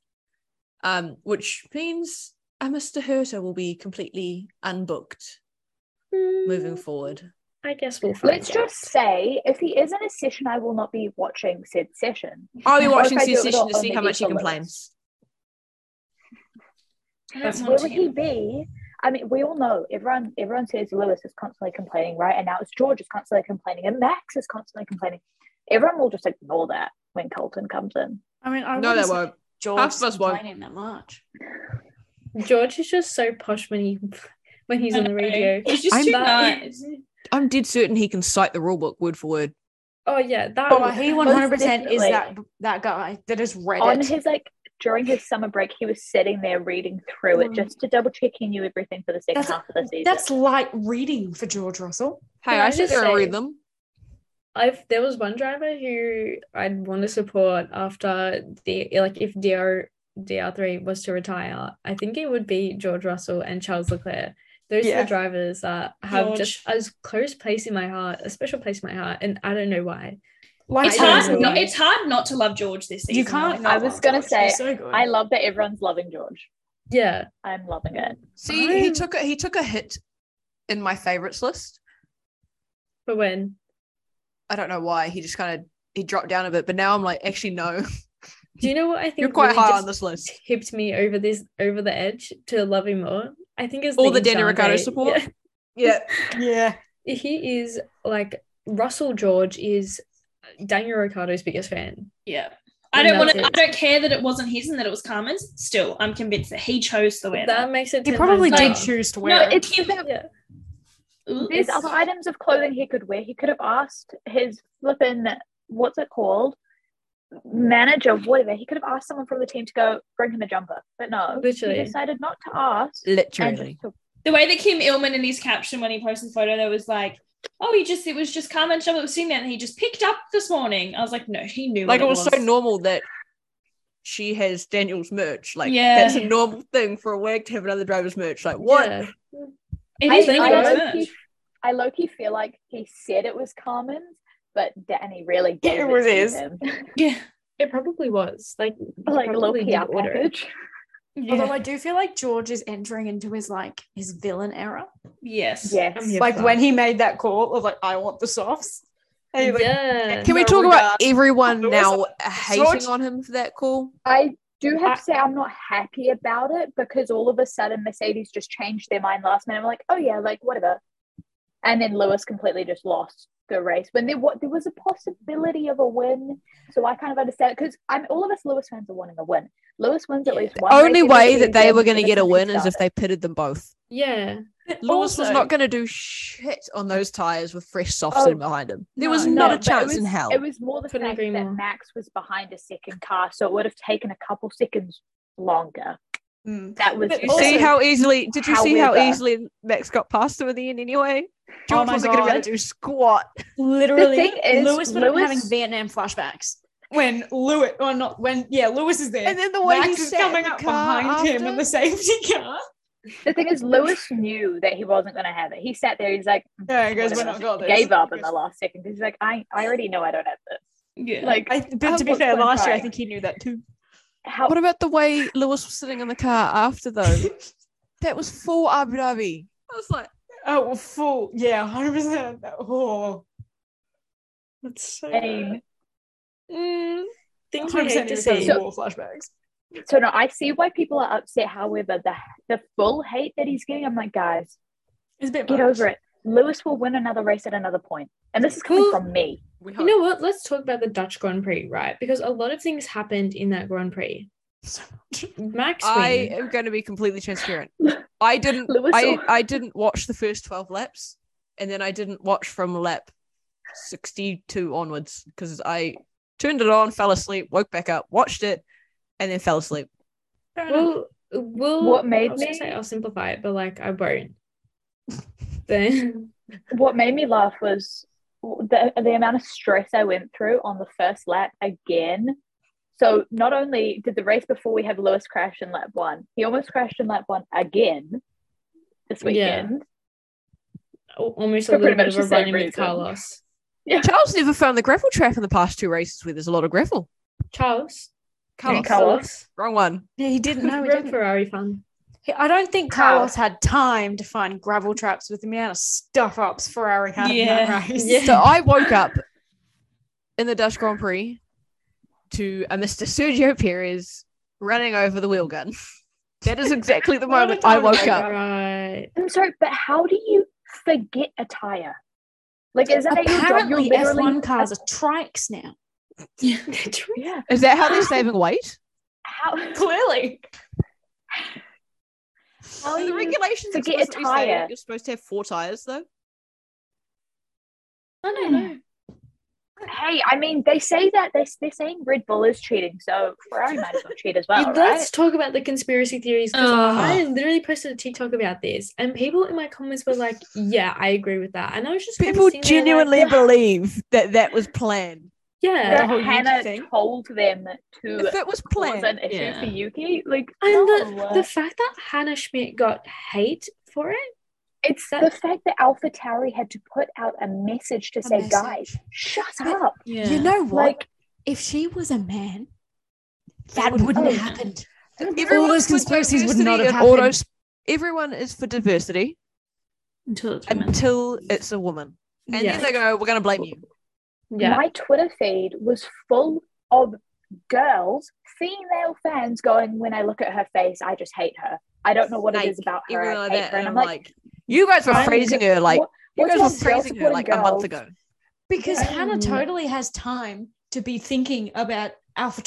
[SPEAKER 3] um, which means a Mr. Herter will be completely unbooked moving
[SPEAKER 5] Mm.
[SPEAKER 1] Hmm,
[SPEAKER 3] forward.
[SPEAKER 1] I guess we'll find
[SPEAKER 5] Let's
[SPEAKER 1] out.
[SPEAKER 5] just say, if he is in a session, I will not be watching said session.
[SPEAKER 3] I'll be
[SPEAKER 5] Or
[SPEAKER 3] watching
[SPEAKER 5] if I do
[SPEAKER 3] this
[SPEAKER 5] it
[SPEAKER 3] session
[SPEAKER 5] all
[SPEAKER 3] to see
[SPEAKER 5] on
[SPEAKER 3] how
[SPEAKER 5] the
[SPEAKER 3] much he
[SPEAKER 5] Easter
[SPEAKER 3] complains.
[SPEAKER 4] I
[SPEAKER 1] That's
[SPEAKER 4] don't
[SPEAKER 5] Where
[SPEAKER 4] want
[SPEAKER 5] would he
[SPEAKER 4] him.
[SPEAKER 5] be? I mean, we all know everyone. Everyone says Lewis is constantly complaining, right? And now it's George is constantly complaining, and Max is constantly complaining. Everyone will just ignore that when Colton comes in.
[SPEAKER 2] I mean, I
[SPEAKER 3] No,
[SPEAKER 2] wouldn't
[SPEAKER 3] that
[SPEAKER 2] say
[SPEAKER 3] won't.
[SPEAKER 2] George
[SPEAKER 3] Half of us won't.
[SPEAKER 2] complaining that much.
[SPEAKER 1] George is just so posh when he when he's
[SPEAKER 4] I
[SPEAKER 1] on the
[SPEAKER 4] know.
[SPEAKER 1] radio.
[SPEAKER 4] He's just
[SPEAKER 3] I'm
[SPEAKER 4] too
[SPEAKER 1] back.
[SPEAKER 4] nice.
[SPEAKER 3] I'm dead certain he can cite the rule book word for word.
[SPEAKER 1] Oh yeah, that
[SPEAKER 2] Oh, he one hundred percent is
[SPEAKER 5] definitely.
[SPEAKER 2] that that guy that has read
[SPEAKER 5] On
[SPEAKER 2] it.
[SPEAKER 5] his like during his summer break, he was sitting there reading through it
[SPEAKER 2] Mm.
[SPEAKER 5] just to double check he knew everything for the second
[SPEAKER 2] That's-
[SPEAKER 5] half of the season.
[SPEAKER 2] That's light reading for George Russell.
[SPEAKER 3] Hey,
[SPEAKER 1] Can I
[SPEAKER 3] I sit
[SPEAKER 1] just
[SPEAKER 3] there and
[SPEAKER 1] say-
[SPEAKER 3] read them.
[SPEAKER 1] I've there was one driver who I'd want to support after the like if DR DR3 was to retire, I think it would be George Russell and Charles Leclerc. Those are
[SPEAKER 2] Yeah.
[SPEAKER 1] the drivers that have just as close place in my heart, a special place in my heart, and I don't know why.
[SPEAKER 2] Like
[SPEAKER 4] It's
[SPEAKER 1] I don't
[SPEAKER 4] hard
[SPEAKER 1] know.
[SPEAKER 4] not it's hard not to love George this season.
[SPEAKER 2] You can't
[SPEAKER 4] Like,
[SPEAKER 5] I
[SPEAKER 2] not
[SPEAKER 5] was
[SPEAKER 2] love
[SPEAKER 5] gonna
[SPEAKER 2] George.
[SPEAKER 5] say,
[SPEAKER 2] He's so good.
[SPEAKER 5] I love that everyone's loving George.
[SPEAKER 1] Yeah,
[SPEAKER 5] I'm loving it.
[SPEAKER 3] See, he
[SPEAKER 1] I'm-
[SPEAKER 3] took a he took a hit in my favorites list.
[SPEAKER 1] but when
[SPEAKER 3] I don't know why. He just kind of he dropped down a bit, but now I'm like, actually no,
[SPEAKER 1] do you know what I think
[SPEAKER 3] you're quite
[SPEAKER 1] really
[SPEAKER 3] high
[SPEAKER 1] just
[SPEAKER 3] on this list.
[SPEAKER 1] tipped me over this over the edge to love him more? I think is
[SPEAKER 3] All the
[SPEAKER 1] Liam
[SPEAKER 3] Daniel Ricciardo
[SPEAKER 1] Sande.
[SPEAKER 3] support.
[SPEAKER 1] Yeah.
[SPEAKER 3] Yeah,
[SPEAKER 2] yeah,
[SPEAKER 1] He is like Russell George is Daniel Ricciardo's biggest fan.
[SPEAKER 4] Yeah. I
[SPEAKER 1] And
[SPEAKER 4] don't want
[SPEAKER 1] that's
[SPEAKER 4] to. I
[SPEAKER 1] it.
[SPEAKER 4] don't care that it wasn't his and that it was Carmen's. Still, I'm convinced that he chose the weather.
[SPEAKER 1] That makes it
[SPEAKER 2] he
[SPEAKER 1] 10
[SPEAKER 2] probably
[SPEAKER 1] times
[SPEAKER 2] did
[SPEAKER 1] better.
[SPEAKER 2] choose to wear
[SPEAKER 4] no,
[SPEAKER 2] it.
[SPEAKER 4] it's him.
[SPEAKER 1] Yeah.
[SPEAKER 4] Ooh, it's-
[SPEAKER 5] There's other items of clothing he could wear. He could have asked his flippin' what's it called manager, whatever. He could have asked someone from the team to go bring him a jumper, but no,
[SPEAKER 1] Literally.
[SPEAKER 5] he decided not to ask. And
[SPEAKER 3] literally.
[SPEAKER 5] just to,
[SPEAKER 4] the way that Kim Illman in his caption when he posted the photo, there was like, "Oh, he just it was just Carmen's job that was sitting there, and he just picked up this morning." I was like, "No, he knew."
[SPEAKER 3] Like
[SPEAKER 4] what
[SPEAKER 3] it was so normal that she has Daniel's merch. Like
[SPEAKER 4] Yeah.
[SPEAKER 3] that's a normal thing for a wag to have another driver's merch. Like what?
[SPEAKER 1] Yeah.
[SPEAKER 4] It
[SPEAKER 5] I,
[SPEAKER 4] is
[SPEAKER 1] think
[SPEAKER 5] I,
[SPEAKER 1] it was
[SPEAKER 4] Carmen's
[SPEAKER 5] low-key,
[SPEAKER 4] merch.
[SPEAKER 5] I low-key feel like he said it was Carmen's, but Danny really
[SPEAKER 2] Yeah,
[SPEAKER 5] gave
[SPEAKER 2] it was
[SPEAKER 5] to
[SPEAKER 2] his.
[SPEAKER 5] him.
[SPEAKER 4] Yeah,
[SPEAKER 1] It probably was like he
[SPEAKER 5] like
[SPEAKER 1] probably
[SPEAKER 5] low
[SPEAKER 1] did
[SPEAKER 5] key our
[SPEAKER 1] order it.
[SPEAKER 5] package.
[SPEAKER 2] Although
[SPEAKER 4] yeah.
[SPEAKER 2] I do feel like George is entering into his like his villain era.
[SPEAKER 4] yes,
[SPEAKER 5] Yes.
[SPEAKER 1] I'm here
[SPEAKER 2] Like
[SPEAKER 1] for
[SPEAKER 2] when
[SPEAKER 1] that.
[SPEAKER 2] he made that call of like, I want the softs. And he, like,
[SPEAKER 1] yeah.
[SPEAKER 3] Can we
[SPEAKER 2] No
[SPEAKER 3] talk about
[SPEAKER 2] regard.
[SPEAKER 3] everyone
[SPEAKER 2] Lewis,
[SPEAKER 3] now
[SPEAKER 2] George-
[SPEAKER 3] hating on him for that call?
[SPEAKER 5] I do have to say I'm not happy about it because all of a sudden Mercedes just changed their mind last minute. I'm like, oh yeah, like whatever. And then Lewis completely just lost the race when there what there was a possibility of a win. So I kind of understand because I'm all of us Lewis fans are wanting a win. Lewis wins at least one.
[SPEAKER 3] Only
[SPEAKER 5] race every
[SPEAKER 3] way that they
[SPEAKER 5] season
[SPEAKER 3] were going to
[SPEAKER 5] for
[SPEAKER 3] get a
[SPEAKER 5] this
[SPEAKER 3] win
[SPEAKER 5] to
[SPEAKER 3] is if
[SPEAKER 5] start.
[SPEAKER 3] they pitted them both.
[SPEAKER 1] Yeah.
[SPEAKER 3] Lewis was
[SPEAKER 1] Also-
[SPEAKER 3] not going to do shit on those tires with fresh softs
[SPEAKER 5] Oh,
[SPEAKER 3] in behind him. There was
[SPEAKER 1] no,
[SPEAKER 3] not
[SPEAKER 5] No,
[SPEAKER 3] a
[SPEAKER 5] but it
[SPEAKER 3] chance in
[SPEAKER 5] was-
[SPEAKER 3] hell.
[SPEAKER 5] It was more the
[SPEAKER 1] Couldn't
[SPEAKER 5] fact
[SPEAKER 1] agree
[SPEAKER 5] that
[SPEAKER 1] more.
[SPEAKER 5] Max was behind a second car, so it would have taken a couple seconds longer.
[SPEAKER 2] Mm.
[SPEAKER 5] That was
[SPEAKER 2] But
[SPEAKER 5] the
[SPEAKER 2] you see
[SPEAKER 5] issue.
[SPEAKER 2] how
[SPEAKER 3] easily?
[SPEAKER 5] did you see how however- easily
[SPEAKER 3] Max got past him in the end? Anyway,
[SPEAKER 2] George Oh my wasn't gonna be able
[SPEAKER 3] to do squat.
[SPEAKER 2] Literally,
[SPEAKER 5] thing is,
[SPEAKER 2] Lewis would have been
[SPEAKER 5] Lewis-
[SPEAKER 2] having Vietnam flashbacks when Lewis, or not when, yeah, Lewis is there.
[SPEAKER 3] And then the way
[SPEAKER 2] Max
[SPEAKER 3] he
[SPEAKER 2] is
[SPEAKER 3] sat in
[SPEAKER 2] coming
[SPEAKER 3] the
[SPEAKER 2] up
[SPEAKER 3] car
[SPEAKER 2] behind him in
[SPEAKER 3] after.
[SPEAKER 2] the safety car.
[SPEAKER 5] The thing is, Lewis knew that he wasn't going to have it. He sat there. He's like,
[SPEAKER 2] Yeah, he goes, we're
[SPEAKER 5] whatever.
[SPEAKER 2] not got this.
[SPEAKER 5] gave up in the last second. He's like, I, I already know I don't have this.
[SPEAKER 4] Yeah.
[SPEAKER 5] Like,
[SPEAKER 2] I, but
[SPEAKER 5] Oh,
[SPEAKER 2] to be
[SPEAKER 5] what's
[SPEAKER 2] fair,
[SPEAKER 5] going
[SPEAKER 2] last year I
[SPEAKER 5] right?
[SPEAKER 2] think he knew that too.
[SPEAKER 5] how
[SPEAKER 3] What about the way Lewis was sitting in the car after though? that was full Abu Dhabi. I was like,
[SPEAKER 2] Oh, well, full. Yeah, 100%. Oh. That's so
[SPEAKER 5] Pain.
[SPEAKER 3] mm,
[SPEAKER 1] Things we
[SPEAKER 2] 100%
[SPEAKER 1] hate to
[SPEAKER 2] he was having
[SPEAKER 1] see.
[SPEAKER 5] So-
[SPEAKER 2] war flashbacks.
[SPEAKER 5] so no, I see why people are upset. However, the the full hate that he's getting, I'm like, guys,
[SPEAKER 2] It's a bit
[SPEAKER 5] get over it. Lewis will win another race at another point, and this is coming
[SPEAKER 1] Who-
[SPEAKER 5] from me.
[SPEAKER 8] We hope.
[SPEAKER 1] You know what? Let's talk about the Dutch Grand Prix, right? Because a lot of things happened in that Grand Prix. Max
[SPEAKER 3] I
[SPEAKER 1] wins.
[SPEAKER 3] am going to be completely transparent. I didn't.
[SPEAKER 5] Lewis,
[SPEAKER 3] I,
[SPEAKER 5] will-
[SPEAKER 3] I didn't watch the first twelve laps, and then I didn't watch from lap sixty-two onwards because I turned it on, fell asleep, woke back up, watched it, and then fell asleep.
[SPEAKER 1] Well, we'll
[SPEAKER 5] What made
[SPEAKER 1] I was gonna
[SPEAKER 5] me-
[SPEAKER 1] say I'll simplify it, but like I won't. then
[SPEAKER 5] what made me laugh was the the amount of stress I went through on the first lap again. So not only did the race before we have Lewis crash in lap one, he almost crashed in lap one again this
[SPEAKER 1] Yeah.
[SPEAKER 5] weekend.
[SPEAKER 1] al- almost a
[SPEAKER 5] For
[SPEAKER 1] little
[SPEAKER 5] pretty
[SPEAKER 1] bit
[SPEAKER 5] much
[SPEAKER 1] of a
[SPEAKER 5] the same
[SPEAKER 1] run in with
[SPEAKER 5] reason.
[SPEAKER 1] Carlos.
[SPEAKER 3] Charles never found the gravel track in the past two races where there's a lot of gravel.
[SPEAKER 1] Charles.
[SPEAKER 3] Carlos,
[SPEAKER 5] Carlos.
[SPEAKER 3] wrong one.
[SPEAKER 2] Yeah, he didn't know. He
[SPEAKER 1] Road
[SPEAKER 2] didn't.
[SPEAKER 1] Ferrari fun.
[SPEAKER 2] He- I don't think
[SPEAKER 5] How?
[SPEAKER 2] Carlos had time to find gravel traps with the amount of stuff ups Ferrari had in that
[SPEAKER 4] Yeah.
[SPEAKER 2] race.
[SPEAKER 1] Yeah.
[SPEAKER 3] So I woke up in the Dutch Grand Prix to a Mr. Sergio Perez running over the wheel gun. That is exactly the
[SPEAKER 2] What a
[SPEAKER 3] moment I woke
[SPEAKER 2] time
[SPEAKER 3] up.
[SPEAKER 1] Right.
[SPEAKER 5] I'm sorry, but how do you forget a tire? Like, isn't that your job? You're
[SPEAKER 2] Apparently,
[SPEAKER 5] literally
[SPEAKER 2] F1 cars are trikes now.
[SPEAKER 5] yeah.
[SPEAKER 3] Is that how they're saving weight?
[SPEAKER 5] How
[SPEAKER 2] Clearly.
[SPEAKER 5] how
[SPEAKER 3] the
[SPEAKER 5] you-
[SPEAKER 3] regulations
[SPEAKER 5] to get a
[SPEAKER 3] explicitly say
[SPEAKER 5] tyre.
[SPEAKER 3] you're supposed to have four tires though.
[SPEAKER 1] I don't know.
[SPEAKER 5] Hey, I mean, they say that they they're saying Red Bull is cheating, so Ferrari might as well cheat as well,
[SPEAKER 1] Yeah,
[SPEAKER 5] right?
[SPEAKER 1] Let's talk about the conspiracy theories 'cause
[SPEAKER 3] Ugh.
[SPEAKER 1] I literally posted a TikTok about this, and people in my comments were like, "Yeah, I agree with that," and I was just kinda
[SPEAKER 3] People
[SPEAKER 1] sitting there like,
[SPEAKER 3] genuinely believe that that was planned.
[SPEAKER 1] yeah,
[SPEAKER 5] That
[SPEAKER 2] whole Yuki
[SPEAKER 5] Hannah
[SPEAKER 2] thing.
[SPEAKER 5] told them to
[SPEAKER 3] If it was
[SPEAKER 5] cause
[SPEAKER 3] planned,
[SPEAKER 5] an issue
[SPEAKER 4] yeah.
[SPEAKER 5] for Yuki. Like,
[SPEAKER 1] and
[SPEAKER 5] no.
[SPEAKER 1] the, the fact that Hannah Schmidt got hate for it.
[SPEAKER 5] it's the
[SPEAKER 1] that-
[SPEAKER 5] fact that Alpha Tauri had to put out a message to say,
[SPEAKER 2] message.
[SPEAKER 5] guys, shut
[SPEAKER 2] But-
[SPEAKER 5] up.
[SPEAKER 4] yeah.
[SPEAKER 2] You know what?
[SPEAKER 5] Like-
[SPEAKER 2] if she was a man, that wouldn't
[SPEAKER 5] Oh.
[SPEAKER 2] have happened.
[SPEAKER 3] everyone
[SPEAKER 2] those
[SPEAKER 3] is for
[SPEAKER 2] conspiracies would
[SPEAKER 3] diversity
[SPEAKER 2] not have
[SPEAKER 3] in auto
[SPEAKER 2] happened.
[SPEAKER 3] sp- everyone is for diversity
[SPEAKER 4] until it's women.
[SPEAKER 3] until it's a woman, and
[SPEAKER 1] yeah,
[SPEAKER 3] then they go, "We're going to blame you."
[SPEAKER 1] yeah.
[SPEAKER 5] My Twitter feed was full of girls, female fans going, when I look at her face, I just hate her. I don't know what
[SPEAKER 3] Like,
[SPEAKER 5] it is about her.
[SPEAKER 3] Even
[SPEAKER 5] I
[SPEAKER 3] like
[SPEAKER 5] hate
[SPEAKER 3] that,
[SPEAKER 5] her.
[SPEAKER 3] and I'm like, "You guys were
[SPEAKER 5] I'm
[SPEAKER 3] praising
[SPEAKER 5] good-
[SPEAKER 3] her like
[SPEAKER 5] what-
[SPEAKER 3] you
[SPEAKER 5] what's
[SPEAKER 3] guys were
[SPEAKER 5] wrong, girls
[SPEAKER 3] praising her like a
[SPEAKER 5] supporting
[SPEAKER 3] month
[SPEAKER 5] girls?
[SPEAKER 3] ago."
[SPEAKER 2] Because
[SPEAKER 5] Yeah.
[SPEAKER 2] Hannah totally has time to be thinking about Alpha
[SPEAKER 5] Alpha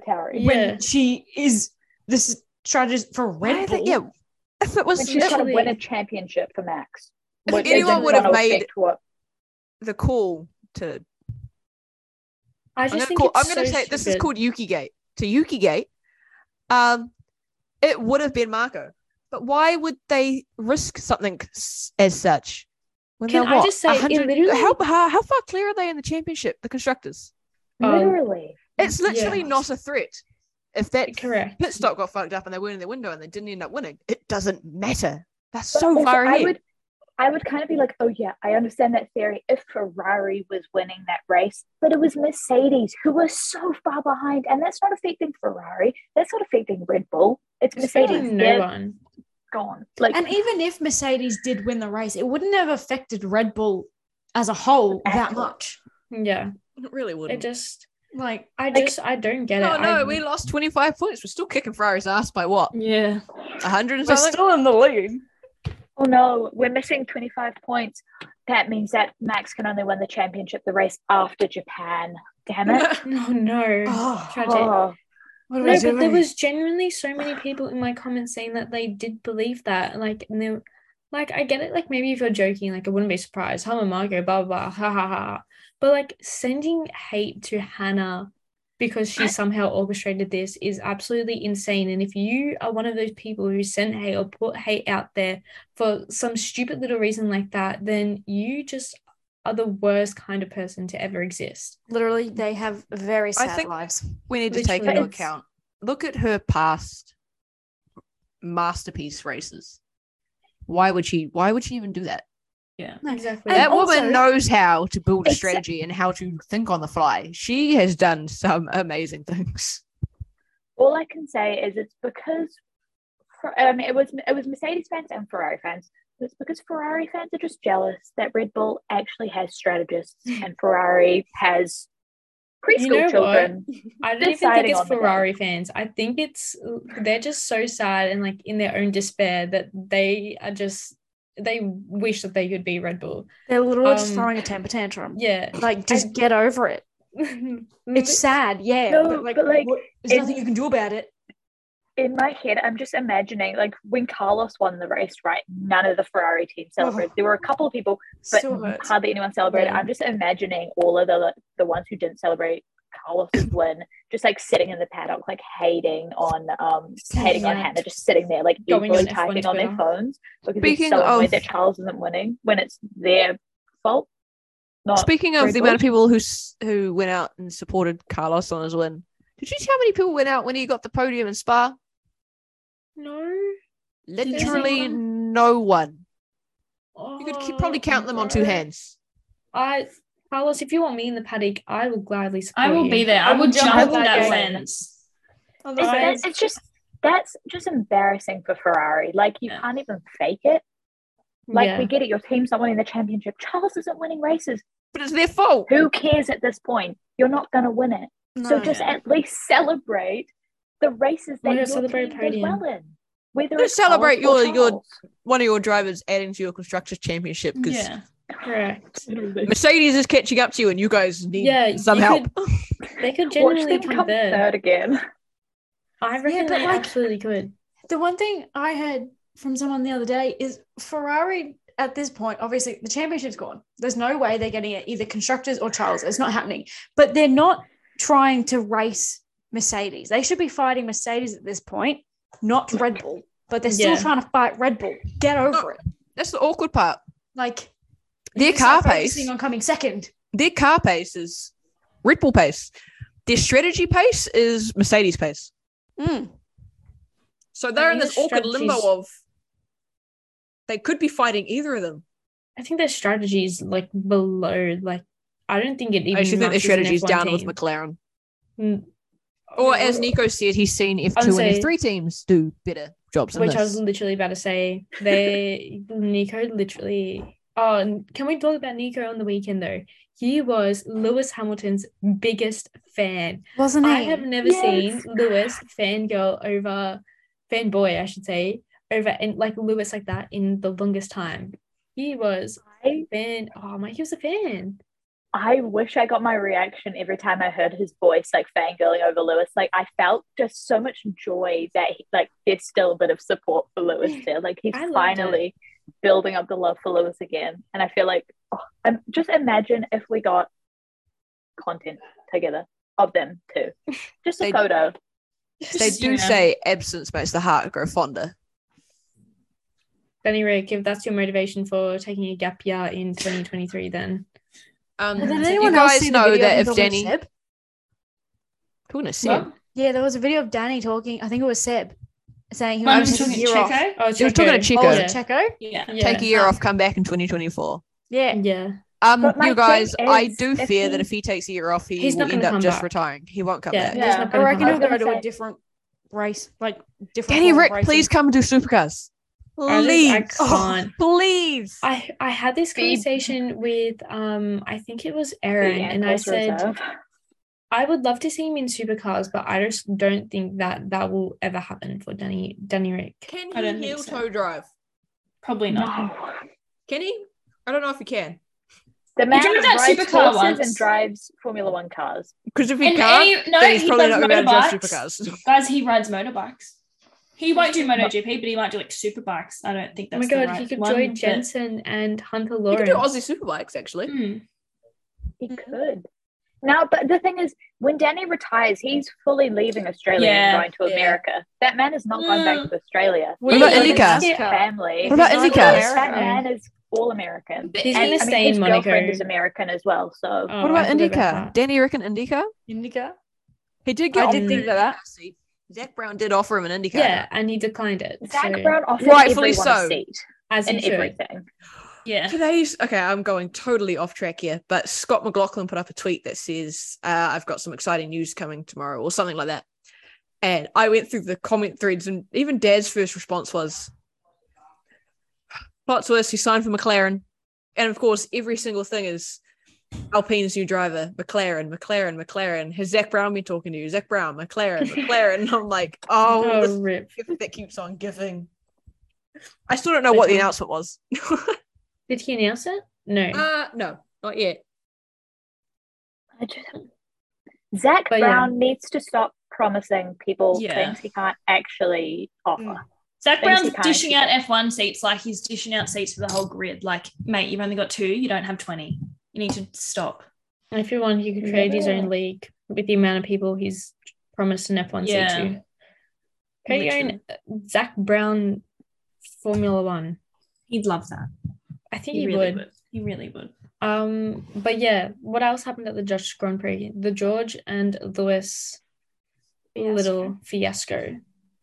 [SPEAKER 5] Tauri.
[SPEAKER 2] when
[SPEAKER 1] Yeah.
[SPEAKER 2] she is this strategist for
[SPEAKER 3] Why
[SPEAKER 2] Red
[SPEAKER 3] did they-
[SPEAKER 2] Bull.
[SPEAKER 3] yeah, if it was
[SPEAKER 5] When she's
[SPEAKER 3] if
[SPEAKER 5] trying to win
[SPEAKER 1] literally-
[SPEAKER 5] a championship for Max.
[SPEAKER 3] If
[SPEAKER 5] Which
[SPEAKER 3] anyone
[SPEAKER 5] isn't
[SPEAKER 3] would have
[SPEAKER 5] gonna
[SPEAKER 3] made-
[SPEAKER 5] affect what-
[SPEAKER 3] the call to
[SPEAKER 1] I
[SPEAKER 3] I'm
[SPEAKER 1] just
[SPEAKER 3] gonna
[SPEAKER 1] think
[SPEAKER 3] call, I'm
[SPEAKER 1] it's
[SPEAKER 3] gonna
[SPEAKER 1] so
[SPEAKER 3] say this is
[SPEAKER 1] stupid.
[SPEAKER 3] called Yuki Gate. To Yuki Gate, um, it would have been Marco, but why would they risk something s- as such? When
[SPEAKER 1] Can
[SPEAKER 3] they're
[SPEAKER 1] I
[SPEAKER 3] what,
[SPEAKER 1] just say, it
[SPEAKER 3] 100
[SPEAKER 1] literally-
[SPEAKER 3] how, how how far clear are they in the championship? The constructors.
[SPEAKER 1] Um,
[SPEAKER 5] Literally.
[SPEAKER 3] It's literally
[SPEAKER 1] Yeah.
[SPEAKER 3] not a threat. If that
[SPEAKER 1] Correct.
[SPEAKER 3] pit stop got fucked up and they weren't in their window and they didn't end up winning, it doesn't matter. That's so
[SPEAKER 5] Also,
[SPEAKER 3] far
[SPEAKER 5] I
[SPEAKER 3] ahead.
[SPEAKER 5] would, I would kind of be like, oh yeah, I understand that theory if Ferrari was winning that race, but it was Mercedes who were so far behind, and that's not affecting Ferrari. That's not affecting Red Bull. It's
[SPEAKER 1] It's
[SPEAKER 5] Mercedes.
[SPEAKER 1] really
[SPEAKER 5] They're
[SPEAKER 1] no one.
[SPEAKER 5] gone. Like
[SPEAKER 2] And even if Mercedes did win the race, it wouldn't have affected Red Bull as a whole that
[SPEAKER 5] Absolutely.
[SPEAKER 2] much.
[SPEAKER 1] Yeah,
[SPEAKER 3] It really
[SPEAKER 1] it
[SPEAKER 3] wouldn't.
[SPEAKER 1] just,
[SPEAKER 2] Like,
[SPEAKER 1] I
[SPEAKER 5] Like-
[SPEAKER 1] just, I don't get it.
[SPEAKER 3] Oh no,
[SPEAKER 1] I-
[SPEAKER 3] we lost 25 points. We're still kicking Ferrari's ass by what?
[SPEAKER 1] yeah,
[SPEAKER 3] 100 and
[SPEAKER 2] we're
[SPEAKER 3] something?
[SPEAKER 2] still in the lead.
[SPEAKER 5] Oh no, we're missing 25 points. That means that Max can only win the championship the race after Japan. Damn it.
[SPEAKER 1] No, no.
[SPEAKER 2] Oh,
[SPEAKER 1] Tragic.
[SPEAKER 5] oh,
[SPEAKER 2] what are
[SPEAKER 1] No,
[SPEAKER 2] we
[SPEAKER 1] but
[SPEAKER 2] doing?
[SPEAKER 1] there was genuinely so many people in my comments saying that they did believe that. Like, and they, were- like, I get it. Like, maybe if you're joking, like, I wouldn't be surprised. Hannah Margot, blah, blah, blah, ha, ha, ha. But, like, sending hate to Hannah because she somehow orchestrated this is absolutely insane. And if you are one of those people who sent hate or put hate out there for some stupid little reason like that, then you just are the worst kind of person to ever exist.
[SPEAKER 2] literally they have very sad
[SPEAKER 3] think-
[SPEAKER 2] lives.
[SPEAKER 3] We need to take
[SPEAKER 1] Literally.
[SPEAKER 3] into
[SPEAKER 1] It's-
[SPEAKER 3] account. Look at her past masterpiece races. Why would she? Why would she even do that?
[SPEAKER 1] Exactly.
[SPEAKER 3] that
[SPEAKER 2] also-
[SPEAKER 3] woman knows how to build a
[SPEAKER 2] Exa-
[SPEAKER 3] strategy and how to think on the fly. She has done some amazing things.
[SPEAKER 5] all I can say is it's because Fer- um, it was it was Mercedes fans and Ferrari fans. It's because Ferrari fans are just jealous that Red Bull actually has strategists and Ferrari has preschool
[SPEAKER 1] know what?
[SPEAKER 5] children.
[SPEAKER 1] I don't even think
[SPEAKER 5] deciding
[SPEAKER 1] it's
[SPEAKER 5] on the day.
[SPEAKER 1] Ferrari fans. I think it's they're just so sad and like in their own despair that they are just they wish that they could be Red Bull.
[SPEAKER 2] They're literally just
[SPEAKER 1] Um,
[SPEAKER 2] throwing a temper tantrum.
[SPEAKER 1] Yeah.
[SPEAKER 2] Like just get over it. It's sad, yeah.
[SPEAKER 5] No, but, like,
[SPEAKER 2] what- there's
[SPEAKER 5] it's-
[SPEAKER 2] nothing you can do about it.
[SPEAKER 5] In my head, I'm just imagining like when Carlos won the race, right? None of the Ferrari team
[SPEAKER 1] Oh.
[SPEAKER 5] celebrated. There were a couple of people, but
[SPEAKER 2] Still hurts.
[SPEAKER 5] hardly anyone celebrated.
[SPEAKER 2] Yeah.
[SPEAKER 5] I'm just imagining all of the the ones who didn't celebrate Carlos's win, just like sitting in the paddock, like hating on um hating on
[SPEAKER 1] Yeah.
[SPEAKER 5] Hannah, just sitting there like
[SPEAKER 1] Going
[SPEAKER 5] equally
[SPEAKER 1] on F1
[SPEAKER 5] typing on their
[SPEAKER 1] Twitter.
[SPEAKER 5] phones because
[SPEAKER 3] Speaking
[SPEAKER 5] they're so annoyed
[SPEAKER 3] of-
[SPEAKER 5] that Charles isn't winning when it's their fault. Not
[SPEAKER 3] Speaking of
[SPEAKER 5] Red
[SPEAKER 3] the
[SPEAKER 5] Bull?
[SPEAKER 3] amount of people who s- who went out and supported Carlos on his win, did you see how many people went out when he got the podium in Spa?
[SPEAKER 1] No.
[SPEAKER 3] Literally
[SPEAKER 1] Everyone.
[SPEAKER 3] no one. You could keep, probably count them on two
[SPEAKER 1] Oh, no.
[SPEAKER 3] hands.
[SPEAKER 1] I Carlos, if you want me in the paddock, I will gladly support
[SPEAKER 4] I will
[SPEAKER 1] you.
[SPEAKER 4] be there. I will
[SPEAKER 1] would
[SPEAKER 4] jump
[SPEAKER 1] jump
[SPEAKER 4] on
[SPEAKER 1] on
[SPEAKER 4] that
[SPEAKER 1] that
[SPEAKER 4] fence.
[SPEAKER 5] it's,
[SPEAKER 4] Right.
[SPEAKER 5] it's just that's just embarrassing for Ferrari. Like you
[SPEAKER 4] Yeah.
[SPEAKER 5] can't even fake it. Like
[SPEAKER 1] yeah.
[SPEAKER 5] we get it, your team's not winning the championship. Charles isn't winning races.
[SPEAKER 3] But it's their fault.
[SPEAKER 5] Who cares at this point? You're not gonna win it. so
[SPEAKER 2] No.
[SPEAKER 5] just
[SPEAKER 4] Yeah.
[SPEAKER 5] at least celebrate the races
[SPEAKER 1] Why
[SPEAKER 5] that
[SPEAKER 1] not
[SPEAKER 5] you
[SPEAKER 1] celebrate
[SPEAKER 5] celebrate did
[SPEAKER 1] podium?
[SPEAKER 5] well in. Whether
[SPEAKER 3] Just
[SPEAKER 5] it's Charles
[SPEAKER 3] celebrate
[SPEAKER 5] or
[SPEAKER 3] your- your-
[SPEAKER 5] Charles.
[SPEAKER 3] One of your drivers adding to your constructors championship because
[SPEAKER 4] Yeah.
[SPEAKER 1] correct.
[SPEAKER 3] Mercedes is catching up to you and you guys need
[SPEAKER 1] Yeah,
[SPEAKER 3] some
[SPEAKER 1] you
[SPEAKER 3] help.
[SPEAKER 1] They could
[SPEAKER 5] Watch
[SPEAKER 1] genuinely
[SPEAKER 5] them
[SPEAKER 1] come,
[SPEAKER 5] come
[SPEAKER 1] third.
[SPEAKER 5] third again.
[SPEAKER 1] I reckon
[SPEAKER 2] but,
[SPEAKER 1] they
[SPEAKER 2] like-
[SPEAKER 1] absolutely could.
[SPEAKER 2] The one thing I heard from someone the other day is Ferrari at this point, obviously the championship's gone. There's no way they're getting it either constructors or Charles. It's not happening. But they're not trying to race Mercedes. They should be fighting Mercedes at this point, not Red Bull. But they're still
[SPEAKER 1] Yeah.
[SPEAKER 2] trying to fight Red Bull. Get over it.
[SPEAKER 3] That's the awkward part.
[SPEAKER 2] Like
[SPEAKER 3] Their
[SPEAKER 2] you start
[SPEAKER 3] car
[SPEAKER 2] focusing
[SPEAKER 3] pace.
[SPEAKER 2] on coming second.
[SPEAKER 3] Their car pace is Red Bull pace. Their strategy pace is Mercedes pace.
[SPEAKER 2] Mm.
[SPEAKER 3] So they're in
[SPEAKER 1] think
[SPEAKER 3] this
[SPEAKER 1] the
[SPEAKER 3] awkward limbo
[SPEAKER 1] strategies-
[SPEAKER 3] of they could be fighting either of them.
[SPEAKER 1] I think their strategy is like below like I don't think it even
[SPEAKER 3] I actually think Oh, their
[SPEAKER 1] matches an
[SPEAKER 3] strategy is
[SPEAKER 1] F1
[SPEAKER 3] down with
[SPEAKER 1] team.
[SPEAKER 3] McLaren.
[SPEAKER 1] Mm.
[SPEAKER 3] Or as Nico said, he's seen
[SPEAKER 1] I'd
[SPEAKER 3] F2
[SPEAKER 1] say-
[SPEAKER 3] and F3 teams do better jobs than
[SPEAKER 1] which
[SPEAKER 3] this.
[SPEAKER 1] I was literally about to say. They Nico literally. Oh, and can we talk about Nico on the weekend though? He was Lewis Hamilton's biggest fan.
[SPEAKER 2] Wasn't
[SPEAKER 1] I have never seen
[SPEAKER 5] Yes.
[SPEAKER 1] Lewis fangirl over fanboy, I should say, over and like Lewis like that in the longest time. He was
[SPEAKER 5] I,
[SPEAKER 1] fan. Oh my, he was a fan.
[SPEAKER 5] I wish I got my reaction every time I heard his voice, like fangirling over Lewis. Like I felt just so much joy that he, like there's still a bit of support for Lewis there. Like he's
[SPEAKER 1] I loved it.
[SPEAKER 5] finally building up the love for Lewis again. And I feel like oh, I'm, just imagine if we got content together of them too. Just a
[SPEAKER 3] They-
[SPEAKER 5] photo.
[SPEAKER 3] they
[SPEAKER 4] Just,
[SPEAKER 3] do
[SPEAKER 4] you know,
[SPEAKER 3] say absence makes the heart grow fonder.
[SPEAKER 1] Benny Rick, if that's your motivation for taking a gap year in 2023, then
[SPEAKER 3] Um,
[SPEAKER 2] Well, did
[SPEAKER 3] you
[SPEAKER 2] anyone else
[SPEAKER 3] guys
[SPEAKER 2] see the
[SPEAKER 3] know
[SPEAKER 2] video
[SPEAKER 3] that
[SPEAKER 2] of
[SPEAKER 3] if
[SPEAKER 2] Dawson
[SPEAKER 3] Danny,
[SPEAKER 2] Seb?
[SPEAKER 3] Talking to Seb,
[SPEAKER 2] Yeah, there was a video of Danny talking. I think it was Seb saying he
[SPEAKER 4] Mum
[SPEAKER 2] was
[SPEAKER 4] was
[SPEAKER 2] taking
[SPEAKER 4] talking
[SPEAKER 2] a
[SPEAKER 4] to
[SPEAKER 2] year off.
[SPEAKER 4] Checo.
[SPEAKER 1] oh,
[SPEAKER 3] He was talking to Chico.
[SPEAKER 2] Oh, was
[SPEAKER 1] Yeah.
[SPEAKER 2] it Checo?
[SPEAKER 4] Yeah.
[SPEAKER 1] Yeah.
[SPEAKER 3] take a year
[SPEAKER 2] Um,
[SPEAKER 3] off, come back in 2024.
[SPEAKER 2] Yeah.
[SPEAKER 1] yeah.
[SPEAKER 3] Um,
[SPEAKER 5] But my
[SPEAKER 3] you guys,
[SPEAKER 5] thing
[SPEAKER 3] I
[SPEAKER 5] is,
[SPEAKER 3] do
[SPEAKER 5] if
[SPEAKER 3] fear that
[SPEAKER 5] he-
[SPEAKER 3] if he takes a year off, he
[SPEAKER 1] He's
[SPEAKER 3] will
[SPEAKER 1] not
[SPEAKER 3] end
[SPEAKER 1] gonna
[SPEAKER 3] up
[SPEAKER 1] come
[SPEAKER 3] just
[SPEAKER 1] back.
[SPEAKER 3] retiring. He won't come
[SPEAKER 1] Yeah,
[SPEAKER 3] back.
[SPEAKER 1] there's
[SPEAKER 5] Yeah.
[SPEAKER 1] not
[SPEAKER 2] I
[SPEAKER 1] gonna
[SPEAKER 2] reckon
[SPEAKER 1] come
[SPEAKER 2] he'll
[SPEAKER 1] up.
[SPEAKER 5] I was
[SPEAKER 2] go
[SPEAKER 5] gonna
[SPEAKER 2] to a
[SPEAKER 5] say-
[SPEAKER 2] different race, like different.
[SPEAKER 3] Danny
[SPEAKER 2] form of
[SPEAKER 3] Rick,
[SPEAKER 2] racing.
[SPEAKER 3] please come do supercars.
[SPEAKER 1] I
[SPEAKER 3] Please, Oh,
[SPEAKER 1] just- I can't.
[SPEAKER 3] please.
[SPEAKER 1] I I had this
[SPEAKER 5] Be-
[SPEAKER 1] conversation with um I think it was
[SPEAKER 5] the
[SPEAKER 1] Aaron and I
[SPEAKER 5] Anfield
[SPEAKER 1] said
[SPEAKER 5] Reserve.
[SPEAKER 1] I would love to see him in supercars but I just don't think that that will ever happen for Danny Danny Rick.
[SPEAKER 3] Can
[SPEAKER 4] I don't think
[SPEAKER 3] he heel
[SPEAKER 4] so.
[SPEAKER 3] toe drive?
[SPEAKER 4] Probably not.
[SPEAKER 5] No.
[SPEAKER 9] Can he? I don't know if he can.
[SPEAKER 5] The man who
[SPEAKER 4] drove that
[SPEAKER 5] drives
[SPEAKER 4] supercar
[SPEAKER 5] horses
[SPEAKER 4] once.
[SPEAKER 5] and drives Formula One cars.
[SPEAKER 3] Because if he
[SPEAKER 4] And
[SPEAKER 3] can't,
[SPEAKER 4] any, no,
[SPEAKER 3] then he's
[SPEAKER 4] he
[SPEAKER 3] probably
[SPEAKER 4] does
[SPEAKER 3] not going to be able to drive
[SPEAKER 4] motorbikes.
[SPEAKER 3] supercars.
[SPEAKER 4] Guys, he rides motorbikes. He won't do MotoGP, but he might do like superbikes. I don't think
[SPEAKER 1] Oh
[SPEAKER 4] that's
[SPEAKER 1] my
[SPEAKER 4] the
[SPEAKER 1] god,
[SPEAKER 4] right
[SPEAKER 1] he could
[SPEAKER 4] one,
[SPEAKER 1] join
[SPEAKER 4] but-
[SPEAKER 1] Jensen and Hunter
[SPEAKER 3] He
[SPEAKER 1] Lauren.
[SPEAKER 3] could do Aussie superbikes actually.
[SPEAKER 4] Hmm.
[SPEAKER 5] He
[SPEAKER 3] Mm-hmm.
[SPEAKER 5] could. Now, but the thing is, when Danny retires, he's fully leaving Australia
[SPEAKER 4] Yeah,
[SPEAKER 5] and going to
[SPEAKER 9] yeah.
[SPEAKER 5] America. That man is not going
[SPEAKER 1] Mm.
[SPEAKER 5] back to Australia.
[SPEAKER 3] What about
[SPEAKER 5] He's got
[SPEAKER 3] Indica?
[SPEAKER 5] his Family.
[SPEAKER 3] What about
[SPEAKER 2] He's not
[SPEAKER 3] Indica?
[SPEAKER 2] in
[SPEAKER 5] That
[SPEAKER 2] America.
[SPEAKER 5] man is all American.
[SPEAKER 1] He's
[SPEAKER 5] And,
[SPEAKER 1] gonna
[SPEAKER 5] I mean,
[SPEAKER 1] stay
[SPEAKER 5] his
[SPEAKER 1] in
[SPEAKER 5] girlfriend
[SPEAKER 1] Monaco.
[SPEAKER 5] is American as well. So
[SPEAKER 1] Oh,
[SPEAKER 3] what
[SPEAKER 1] I
[SPEAKER 3] about
[SPEAKER 1] forgot
[SPEAKER 3] Indica?
[SPEAKER 1] that.
[SPEAKER 3] Danny, you reckon Indica?
[SPEAKER 2] Indica.
[SPEAKER 3] He did
[SPEAKER 2] I
[SPEAKER 3] get.
[SPEAKER 2] did
[SPEAKER 3] offered
[SPEAKER 2] think
[SPEAKER 3] an
[SPEAKER 2] that.
[SPEAKER 3] Indica seat. Zach Brown did offer him an Indica.
[SPEAKER 1] Yeah, and he declined it.
[SPEAKER 5] Zach
[SPEAKER 1] so-
[SPEAKER 5] Brown offers
[SPEAKER 3] Rightfully
[SPEAKER 5] everyone
[SPEAKER 3] so.
[SPEAKER 5] a seat
[SPEAKER 1] as he
[SPEAKER 5] and
[SPEAKER 1] should.
[SPEAKER 5] everything.
[SPEAKER 4] Yeah.
[SPEAKER 3] Today's okay. I'm going totally off track here, but Scott McLaughlin put up a tweet that says, uh, "I've got some exciting news coming tomorrow," or something like that. And I went through the comment threads, and even Dad's first response was, "Plot twist: He signed for McLaren." And of course, every single thing is Alpine's new driver, McLaren, McLaren, McLaren. Has Zach Brown been talking to you? Zach Brown, McLaren, McLaren. And I'm like, oh,
[SPEAKER 1] Oh,
[SPEAKER 3] this
[SPEAKER 1] rip.
[SPEAKER 3] gift that keeps on giving. I still don't know what the
[SPEAKER 1] Okay.
[SPEAKER 3] announcement was.
[SPEAKER 1] Did he announce it? No.
[SPEAKER 3] Uh no, not yet.
[SPEAKER 5] I just- Zach
[SPEAKER 1] But yeah.
[SPEAKER 5] Brown needs to stop promising people
[SPEAKER 4] Yeah.
[SPEAKER 5] things he can't actually offer.
[SPEAKER 4] Zach
[SPEAKER 5] Thanks,
[SPEAKER 4] Brown's
[SPEAKER 5] he can't.
[SPEAKER 4] dishing out F1 seats like he's dishing out seats for the whole grid. Like, mate, you've only got two, you don't have 20. You need to stop.
[SPEAKER 1] And if he wanted, he could create his
[SPEAKER 5] Yeah.
[SPEAKER 1] own league with the amount of people he's promised an F1
[SPEAKER 4] Yeah.
[SPEAKER 1] seat to. Create your own uh, Zach Brown Formula One.
[SPEAKER 4] He'd love that.
[SPEAKER 1] I think
[SPEAKER 4] He,
[SPEAKER 1] he,
[SPEAKER 4] really would.
[SPEAKER 1] would.
[SPEAKER 4] He really would.
[SPEAKER 1] Um, but yeah, what else happened at the Dutch Grand Prix? The George and Lewis little fiasco.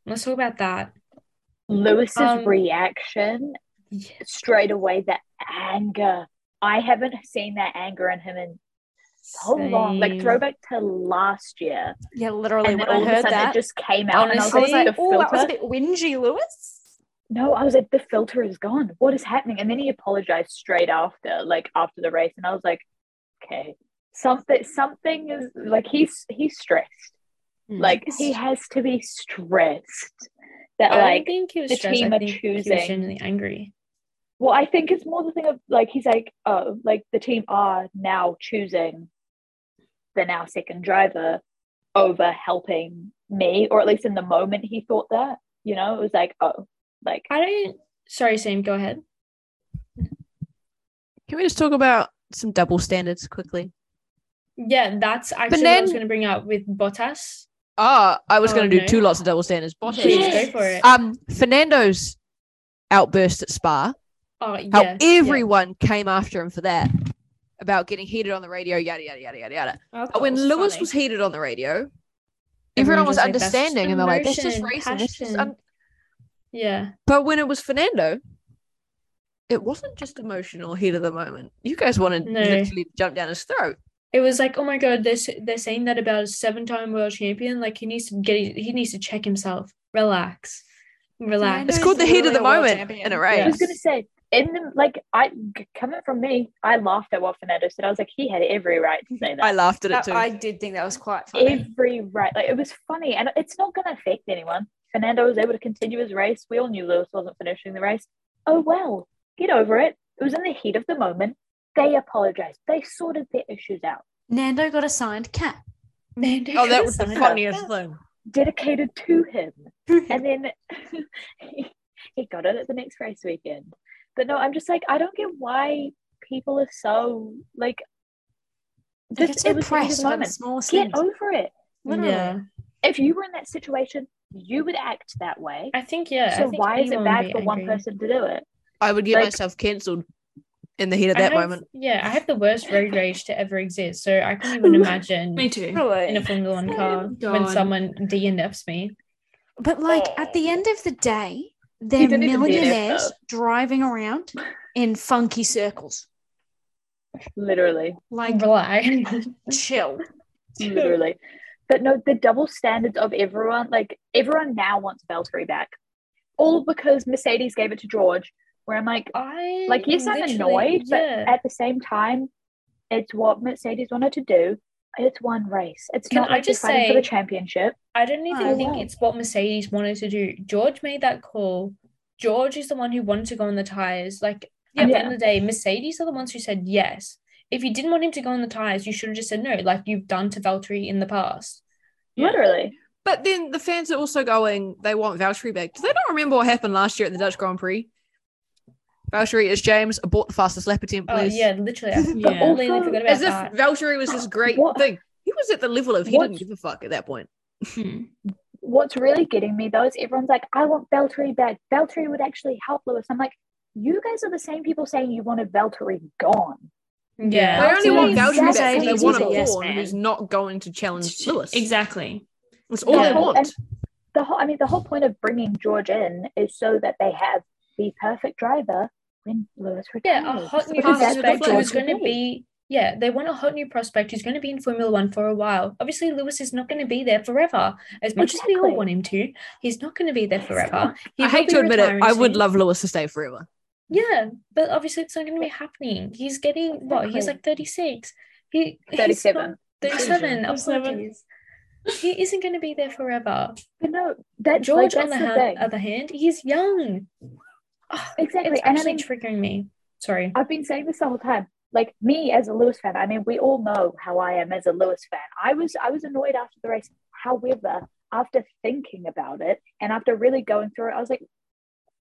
[SPEAKER 1] Let's talk about that.
[SPEAKER 5] Lewis's
[SPEAKER 1] Um,
[SPEAKER 5] reaction straight away, the anger. I haven't seen that anger in him in so long. Like
[SPEAKER 1] Same.
[SPEAKER 5] throwback to last year.
[SPEAKER 2] Yeah, literally.
[SPEAKER 5] And
[SPEAKER 2] When
[SPEAKER 5] then
[SPEAKER 2] I
[SPEAKER 5] all of a
[SPEAKER 2] heard
[SPEAKER 5] sudden
[SPEAKER 2] that,
[SPEAKER 5] it just came out.
[SPEAKER 2] I was
[SPEAKER 1] Honestly,
[SPEAKER 2] like,
[SPEAKER 5] and I was like, the
[SPEAKER 2] oh, that was a
[SPEAKER 5] filter.
[SPEAKER 2] bit whingy, Lewis.
[SPEAKER 5] No, I was like, the filter is gone. What is happening? And then he apologized straight after, like after the race. And I was like, okay. Something something is like he's he's stressed.
[SPEAKER 2] Hmm.
[SPEAKER 5] Like he has to be stressed. That
[SPEAKER 2] Oh,
[SPEAKER 1] I don't
[SPEAKER 5] like
[SPEAKER 1] think he was
[SPEAKER 5] the
[SPEAKER 1] stressed.
[SPEAKER 5] team
[SPEAKER 1] I
[SPEAKER 5] are
[SPEAKER 1] think he was
[SPEAKER 5] choosing-
[SPEAKER 1] genuinely angry.
[SPEAKER 5] Well, I think it's more the thing of like he's like, oh, like the team are now choosing the now second driver over helping me, or at least in the moment he thought that. You know, it was like, oh, like
[SPEAKER 1] I don't. Sorry, Sam. Go ahead.
[SPEAKER 3] Can we just talk about some double standards quickly?
[SPEAKER 1] Yeah, that's actually what I was
[SPEAKER 3] then-
[SPEAKER 1] going to bring up with Bottas.
[SPEAKER 3] Ah, I was
[SPEAKER 1] Oh,
[SPEAKER 3] going to do
[SPEAKER 1] no.
[SPEAKER 3] two lots of double standards. Bottas.
[SPEAKER 1] Please go for
[SPEAKER 5] Uh,
[SPEAKER 1] it.
[SPEAKER 3] Um, Fernando's outburst at Spa.
[SPEAKER 1] Oh, yeah.
[SPEAKER 3] How
[SPEAKER 1] yeah.
[SPEAKER 3] everyone came after him for that about getting heated on the radio, yada yada yada yada yada.
[SPEAKER 5] Oh,
[SPEAKER 3] But when Lewis was heated on the radio, everyone
[SPEAKER 1] Everyone
[SPEAKER 3] was
[SPEAKER 1] just like, that's just
[SPEAKER 3] understanding and they're like, "That's just
[SPEAKER 1] emotion,
[SPEAKER 3] racing." That's just
[SPEAKER 1] passion.
[SPEAKER 3] un-.
[SPEAKER 1] Yeah.
[SPEAKER 3] But when it was Fernando, it wasn't just emotional heat of the moment. You guys wanted
[SPEAKER 1] No.
[SPEAKER 3] literally to jump down his throat.
[SPEAKER 1] It was like, oh my god, this they're saying that about a seven-time world champion. Like he needs to get he needs to check himself. Relax. Relax.
[SPEAKER 3] It's
[SPEAKER 2] He's
[SPEAKER 3] called the heat of
[SPEAKER 2] literally
[SPEAKER 3] the
[SPEAKER 2] a world
[SPEAKER 3] moment
[SPEAKER 2] champion.
[SPEAKER 3] in a
[SPEAKER 1] Yeah.
[SPEAKER 5] I was
[SPEAKER 3] race.
[SPEAKER 5] gonna say in the like I g- coming from me, I laughed at what Fernando said. I was like, he had every right to say that.
[SPEAKER 3] I laughed at it
[SPEAKER 2] That-
[SPEAKER 3] too.
[SPEAKER 2] I did think that was quite funny.
[SPEAKER 5] every right, like it was funny, and it's not gonna affect anyone. Fernando was able to continue his race. We all knew Lewis wasn't finishing the race. Oh well, get over it. It was in the heat of the moment. They apologized. They sorted their issues out.
[SPEAKER 2] Nando got a signed cat.
[SPEAKER 1] Nando
[SPEAKER 3] oh, that was the
[SPEAKER 1] Coulson.
[SPEAKER 3] funniest thing.
[SPEAKER 5] Dedicated to him, and then he, he got it at the next race weekend. But no, I'm just like I don't get why people are so like.
[SPEAKER 2] They
[SPEAKER 5] Just,
[SPEAKER 2] get
[SPEAKER 5] it was the heat of
[SPEAKER 2] depressed
[SPEAKER 5] the
[SPEAKER 2] about the
[SPEAKER 5] moment.
[SPEAKER 2] smallest
[SPEAKER 5] Get
[SPEAKER 2] things.
[SPEAKER 5] over it.
[SPEAKER 2] Literally.
[SPEAKER 1] Yeah.
[SPEAKER 5] If you were in that situation, you would act that way.
[SPEAKER 1] I think yeah. I
[SPEAKER 5] so
[SPEAKER 1] think
[SPEAKER 5] why is it
[SPEAKER 1] anyone would
[SPEAKER 5] bad
[SPEAKER 1] be
[SPEAKER 5] for one
[SPEAKER 1] angry.
[SPEAKER 5] person to do it?
[SPEAKER 3] I would get
[SPEAKER 5] Like-
[SPEAKER 3] myself cancelled in the heat of
[SPEAKER 1] I
[SPEAKER 3] that
[SPEAKER 1] have-
[SPEAKER 3] moment.
[SPEAKER 1] Yeah, I have the worst road rage to ever exist. So I can't even imagine
[SPEAKER 4] Me too.
[SPEAKER 2] Oh.
[SPEAKER 1] in a Formula One car when
[SPEAKER 4] God.
[SPEAKER 1] someone DNFs me.
[SPEAKER 2] But like at the end of the day, they're
[SPEAKER 5] didn't even do that,
[SPEAKER 2] millionaires
[SPEAKER 5] though.
[SPEAKER 2] driving around in funky circles.
[SPEAKER 5] Literally,
[SPEAKER 2] Like
[SPEAKER 1] Rely.
[SPEAKER 2] chill.
[SPEAKER 5] literally. But no, the double standards of everyone, like everyone now wants Valtteri back, all because Mercedes gave it to George. Where I'm like,
[SPEAKER 1] I
[SPEAKER 5] like yes, I'm
[SPEAKER 1] literally-
[SPEAKER 5] annoyed,
[SPEAKER 1] yeah.
[SPEAKER 5] but at the same time, it's what Mercedes wanted to do. It's one race. It's
[SPEAKER 1] Can
[SPEAKER 5] not
[SPEAKER 1] I
[SPEAKER 5] like they're
[SPEAKER 1] just
[SPEAKER 5] fighting for
[SPEAKER 1] say-
[SPEAKER 5] the championship.
[SPEAKER 1] I don't even
[SPEAKER 2] Oh,
[SPEAKER 1] think
[SPEAKER 5] wow.
[SPEAKER 1] it's what Mercedes wanted to do. George made that call George is the one who wanted to go on the tires. Like at the
[SPEAKER 5] Yeah.
[SPEAKER 1] end of the day, Mercedes are the ones who said yes. If you didn't want him to go on the tires, you should have just said no, like you've done to Valtteri in the past.
[SPEAKER 5] Literally.
[SPEAKER 3] But then the fans are also going, they want Valtteri back. Do they not remember what happened last year at the Dutch Grand Prix? Valtteri is James, abort the fastest lap attempt,
[SPEAKER 1] Oh
[SPEAKER 3] please.
[SPEAKER 1] yeah, literally. I
[SPEAKER 4] Yeah.
[SPEAKER 1] completely
[SPEAKER 5] Also,
[SPEAKER 1] forgot about
[SPEAKER 3] As if
[SPEAKER 1] that.
[SPEAKER 3] Valtteri was this great
[SPEAKER 5] What-
[SPEAKER 3] thing. He was at the level of, he
[SPEAKER 5] What-
[SPEAKER 3] didn't give a fuck at that point.
[SPEAKER 1] Hmm.
[SPEAKER 5] What's really getting me though is everyone's like, I want Beltry back. Beltry would actually help Lewis. I'm like, you guys are the same people saying you wanted Beltry gone.
[SPEAKER 1] Yeah.
[SPEAKER 3] They only want
[SPEAKER 5] Valtteri
[SPEAKER 3] Valtteri
[SPEAKER 5] is
[SPEAKER 3] back
[SPEAKER 5] Mercedes
[SPEAKER 3] because
[SPEAKER 5] is
[SPEAKER 3] they want
[SPEAKER 5] a
[SPEAKER 3] a
[SPEAKER 2] yes
[SPEAKER 3] horn
[SPEAKER 2] man.
[SPEAKER 3] who's not going to challenge Lewis.
[SPEAKER 4] Exactly.
[SPEAKER 3] That's all
[SPEAKER 5] Yeah.
[SPEAKER 3] they want.
[SPEAKER 5] The whole I mean, the whole point of bringing George in is so that they have the perfect driver when Lewis retires.
[SPEAKER 1] Yeah, a hot new
[SPEAKER 3] Because that's
[SPEAKER 1] prospect
[SPEAKER 3] what
[SPEAKER 1] who's
[SPEAKER 5] George
[SPEAKER 1] going to
[SPEAKER 5] would
[SPEAKER 1] be. Yeah, they want a hot new prospect who's going to be in Formula One for a while. Obviously, Lewis is not going to be there forever. As much as we all
[SPEAKER 5] Exactly.
[SPEAKER 1] want him to, he's not going to be there forever. He
[SPEAKER 3] I
[SPEAKER 1] will
[SPEAKER 3] hate
[SPEAKER 1] be
[SPEAKER 3] to admit it,
[SPEAKER 1] retiring
[SPEAKER 3] I would
[SPEAKER 1] soon.
[SPEAKER 3] love Lewis to stay forever.
[SPEAKER 1] Yeah, but obviously it's not going to be happening. He's getting what? He's
[SPEAKER 5] Exactly.
[SPEAKER 1] like 36. He he's not-
[SPEAKER 5] 37.
[SPEAKER 1] 37.
[SPEAKER 2] 37.
[SPEAKER 1] Apologies. He isn't going to be there forever.
[SPEAKER 5] But no, that
[SPEAKER 1] George,
[SPEAKER 5] George
[SPEAKER 1] on
[SPEAKER 5] like,
[SPEAKER 1] the
[SPEAKER 5] that's the
[SPEAKER 1] hand,
[SPEAKER 5] thing.
[SPEAKER 1] other hand, he's young. Ah,
[SPEAKER 5] Exactly,
[SPEAKER 1] It's
[SPEAKER 5] and I
[SPEAKER 1] actually
[SPEAKER 5] mean-
[SPEAKER 1] triggering me. Sorry.
[SPEAKER 5] I've been saying this the whole time. Like me as a Lewis fan, I mean, we all know how I am as a Lewis fan. I was I was annoyed after the race. However, after thinking about it and after really going through it, I was like,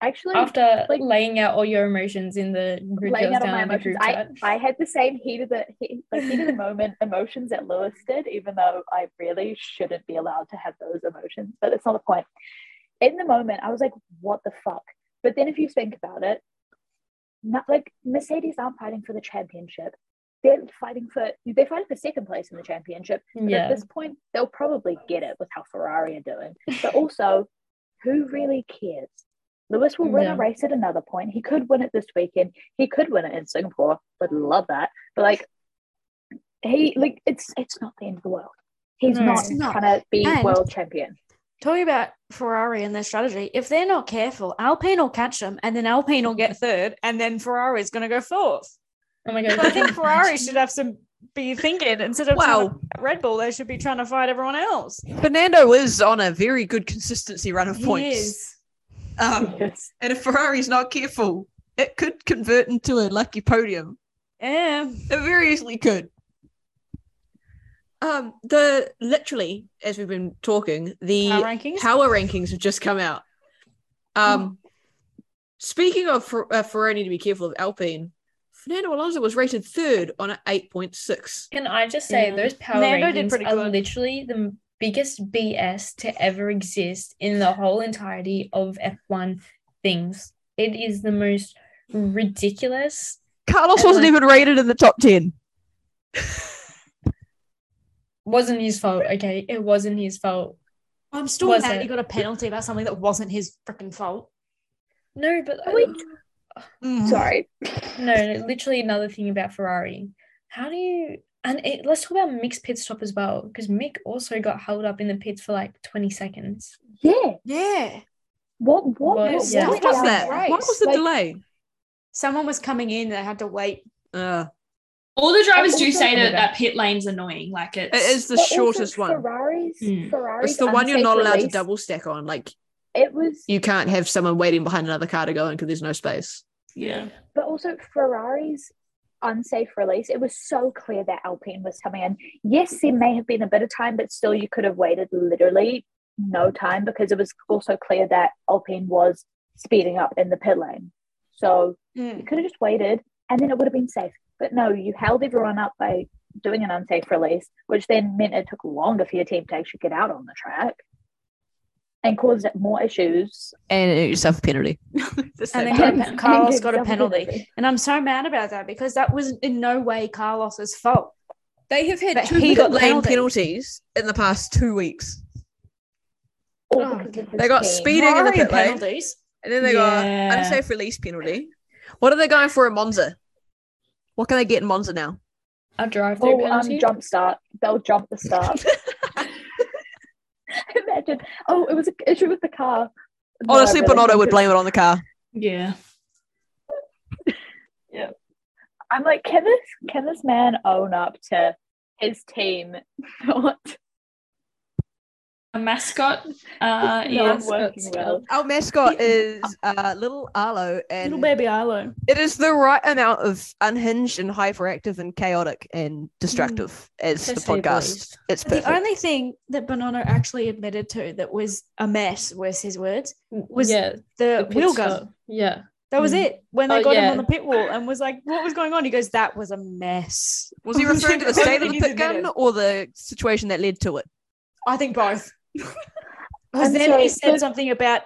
[SPEAKER 5] actually,
[SPEAKER 1] After
[SPEAKER 5] like-
[SPEAKER 1] laying out all your emotions in the grid
[SPEAKER 5] laying
[SPEAKER 1] girls
[SPEAKER 5] out all
[SPEAKER 1] down
[SPEAKER 5] my
[SPEAKER 1] in the
[SPEAKER 5] emotions,
[SPEAKER 1] group
[SPEAKER 5] I,
[SPEAKER 1] chat.
[SPEAKER 5] I had the same heat of the heat, like, heat of the moment emotions that Lewis did, even though I really shouldn't be allowed to have those emotions. But it's not the point. In the moment, I was like, "What the fuck?" But then, if you think about it, not like Mercedes aren't fighting for the championship. They're fighting for they're fighting for second place in the championship. But
[SPEAKER 1] yeah.
[SPEAKER 5] at this point, they'll probably get it with how Ferrari are doing. But also, who really cares? Lewis will win
[SPEAKER 1] Yeah.
[SPEAKER 5] a race at another point. He could win it this weekend. He could win it in Singapore. Would love that. But like, he like it's it's not the end of the world. He's
[SPEAKER 1] No.
[SPEAKER 5] not,
[SPEAKER 2] It's not.
[SPEAKER 5] gonna be
[SPEAKER 2] And-
[SPEAKER 5] world champion.
[SPEAKER 2] Talking about Ferrari and their strategy, if they're not careful, Alpine will catch them and then Alpine will get third and then Ferrari is going to go fourth.
[SPEAKER 1] Oh my
[SPEAKER 2] So I
[SPEAKER 1] god.
[SPEAKER 2] think Ferrari should have some be thinking instead of trying
[SPEAKER 3] Wow.
[SPEAKER 2] to- Red Bull, they should be trying to fight everyone else.
[SPEAKER 3] Fernando is on a very good consistency run of points. Um,
[SPEAKER 5] Yes.
[SPEAKER 3] and if Ferrari's not careful, it could convert into a lucky podium.
[SPEAKER 2] Yeah.
[SPEAKER 3] It very easily could. Um, the literally, as we've been talking, the
[SPEAKER 2] Power rankings.
[SPEAKER 3] power rankings have just come out. Um, speaking of Fer- uh, Ferrari to be careful of Alpine, Fernando Alonso was rated third on an eight point six.
[SPEAKER 1] Can I just say
[SPEAKER 2] Yeah.
[SPEAKER 1] those power
[SPEAKER 2] Nando did
[SPEAKER 1] rankings
[SPEAKER 2] pretty
[SPEAKER 1] are
[SPEAKER 2] good.
[SPEAKER 1] literally the m- biggest BS to ever exist in the whole entirety of F1 things. It is the most ridiculous.
[SPEAKER 3] Carlos
[SPEAKER 1] And
[SPEAKER 3] wasn't
[SPEAKER 1] like-
[SPEAKER 3] even rated in the top ten.
[SPEAKER 1] Wasn't his fault, okay? It wasn't his fault.
[SPEAKER 2] I'm still
[SPEAKER 1] Was
[SPEAKER 2] mad
[SPEAKER 1] it?
[SPEAKER 2] he got a penalty about something that wasn't his freaking fault.
[SPEAKER 1] No, but I-
[SPEAKER 5] Wait. Sorry.
[SPEAKER 1] no, no, literally another thing about Ferrari. How do you and it, let's talk about Mick's pit stop as well because Mick also got held up in the pits for like 20 seconds.
[SPEAKER 5] Yeah.
[SPEAKER 2] Yeah.
[SPEAKER 5] What? What?
[SPEAKER 1] What-
[SPEAKER 5] What,
[SPEAKER 1] yeah.
[SPEAKER 5] what
[SPEAKER 2] What was
[SPEAKER 5] was
[SPEAKER 2] that?
[SPEAKER 5] that?
[SPEAKER 2] Why was
[SPEAKER 3] the
[SPEAKER 5] Like,
[SPEAKER 3] delay?
[SPEAKER 2] Someone was coming in that had to wait.
[SPEAKER 3] Uh,
[SPEAKER 4] All the drivers do
[SPEAKER 5] also-
[SPEAKER 4] say that that pit lane's annoying. Like it's,
[SPEAKER 3] it is the
[SPEAKER 5] but also
[SPEAKER 3] shortest one.
[SPEAKER 5] Ferrari's,
[SPEAKER 4] Hmm.
[SPEAKER 5] Ferrari's
[SPEAKER 3] It's the one you're
[SPEAKER 5] unsafe
[SPEAKER 3] not allowed to
[SPEAKER 5] release,
[SPEAKER 3] double stack on. Like
[SPEAKER 5] It was
[SPEAKER 3] you can't have someone waiting behind another car to go in because there's no space.
[SPEAKER 4] yeah.
[SPEAKER 5] But also Ferrari's unsafe release, it was so clear that Alpine was coming in. Yes, there may have been a bit of time, but still you could have waited literally no time because it was also clear that Alpine was speeding up in the pit lane. So
[SPEAKER 2] Mm.
[SPEAKER 5] you could have just waited and then it would have been safe. But no, you held everyone up by doing an unsafe release, which then meant it took longer for your team to actually get out on the track and caused more issues.
[SPEAKER 3] And yourself a penalty.
[SPEAKER 2] And
[SPEAKER 3] and
[SPEAKER 2] then got a
[SPEAKER 5] And-
[SPEAKER 2] pe- Carlos got a
[SPEAKER 5] and-
[SPEAKER 2] penalty. And I'm so mad about that because that was in no way Carlos's fault.
[SPEAKER 3] they have had
[SPEAKER 2] But
[SPEAKER 3] two
[SPEAKER 2] he
[SPEAKER 3] pit
[SPEAKER 2] got
[SPEAKER 3] lane
[SPEAKER 2] penalty.
[SPEAKER 3] penalties in the past two weeks.
[SPEAKER 5] all
[SPEAKER 2] Oh,
[SPEAKER 5] because of
[SPEAKER 3] They
[SPEAKER 5] his
[SPEAKER 3] got
[SPEAKER 5] team.
[SPEAKER 3] speeding in the
[SPEAKER 2] Ferrari
[SPEAKER 3] pit lane,
[SPEAKER 2] penalties.
[SPEAKER 3] and then they
[SPEAKER 4] Yeah.
[SPEAKER 3] got unsafe release penalty. What are they going for in Monza? What can they get in Monza now?
[SPEAKER 1] A drive through
[SPEAKER 5] Oh, um,
[SPEAKER 1] penalty.
[SPEAKER 5] jump start. They'll jump the start. Imagine. Oh, it was an issue with the car. No, I
[SPEAKER 3] Honestly,
[SPEAKER 5] really
[SPEAKER 3] Bonotto
[SPEAKER 5] think
[SPEAKER 3] would
[SPEAKER 5] it-
[SPEAKER 3] blame it on the car.
[SPEAKER 4] Yeah.
[SPEAKER 5] I'm like, can this can this man own up to his team not
[SPEAKER 4] a mascot. Uh,
[SPEAKER 5] No, I'm
[SPEAKER 1] Yes,
[SPEAKER 5] working
[SPEAKER 1] that's
[SPEAKER 5] well.
[SPEAKER 3] Our mascot is uh, little Arlo, and
[SPEAKER 2] Little baby Arlo.
[SPEAKER 3] it is the right amount of unhinged and hyperactive and chaotic and destructive
[SPEAKER 5] Mm.
[SPEAKER 3] as
[SPEAKER 1] To
[SPEAKER 3] the
[SPEAKER 1] say the
[SPEAKER 3] podcast.
[SPEAKER 1] least.
[SPEAKER 3] It's perfect.
[SPEAKER 2] The only thing that Bonanno actually admitted to that was a mess was his words. Was
[SPEAKER 1] yeah,
[SPEAKER 2] The,
[SPEAKER 1] pit
[SPEAKER 2] wheel gun.
[SPEAKER 1] stop. Yeah.
[SPEAKER 2] That was
[SPEAKER 3] Mm.
[SPEAKER 2] it. When they
[SPEAKER 1] Oh,
[SPEAKER 2] got
[SPEAKER 1] yeah.
[SPEAKER 2] him on the pit wall and was like, "What was going on?" He goes, "That was a mess."
[SPEAKER 3] Was he referring to the state of the
[SPEAKER 2] He's
[SPEAKER 3] pit gun
[SPEAKER 2] admitted.
[SPEAKER 3] or the situation that led to it?
[SPEAKER 2] I think both. Because
[SPEAKER 5] And
[SPEAKER 2] then
[SPEAKER 5] so
[SPEAKER 2] he
[SPEAKER 5] it's
[SPEAKER 2] said
[SPEAKER 5] good-
[SPEAKER 2] something about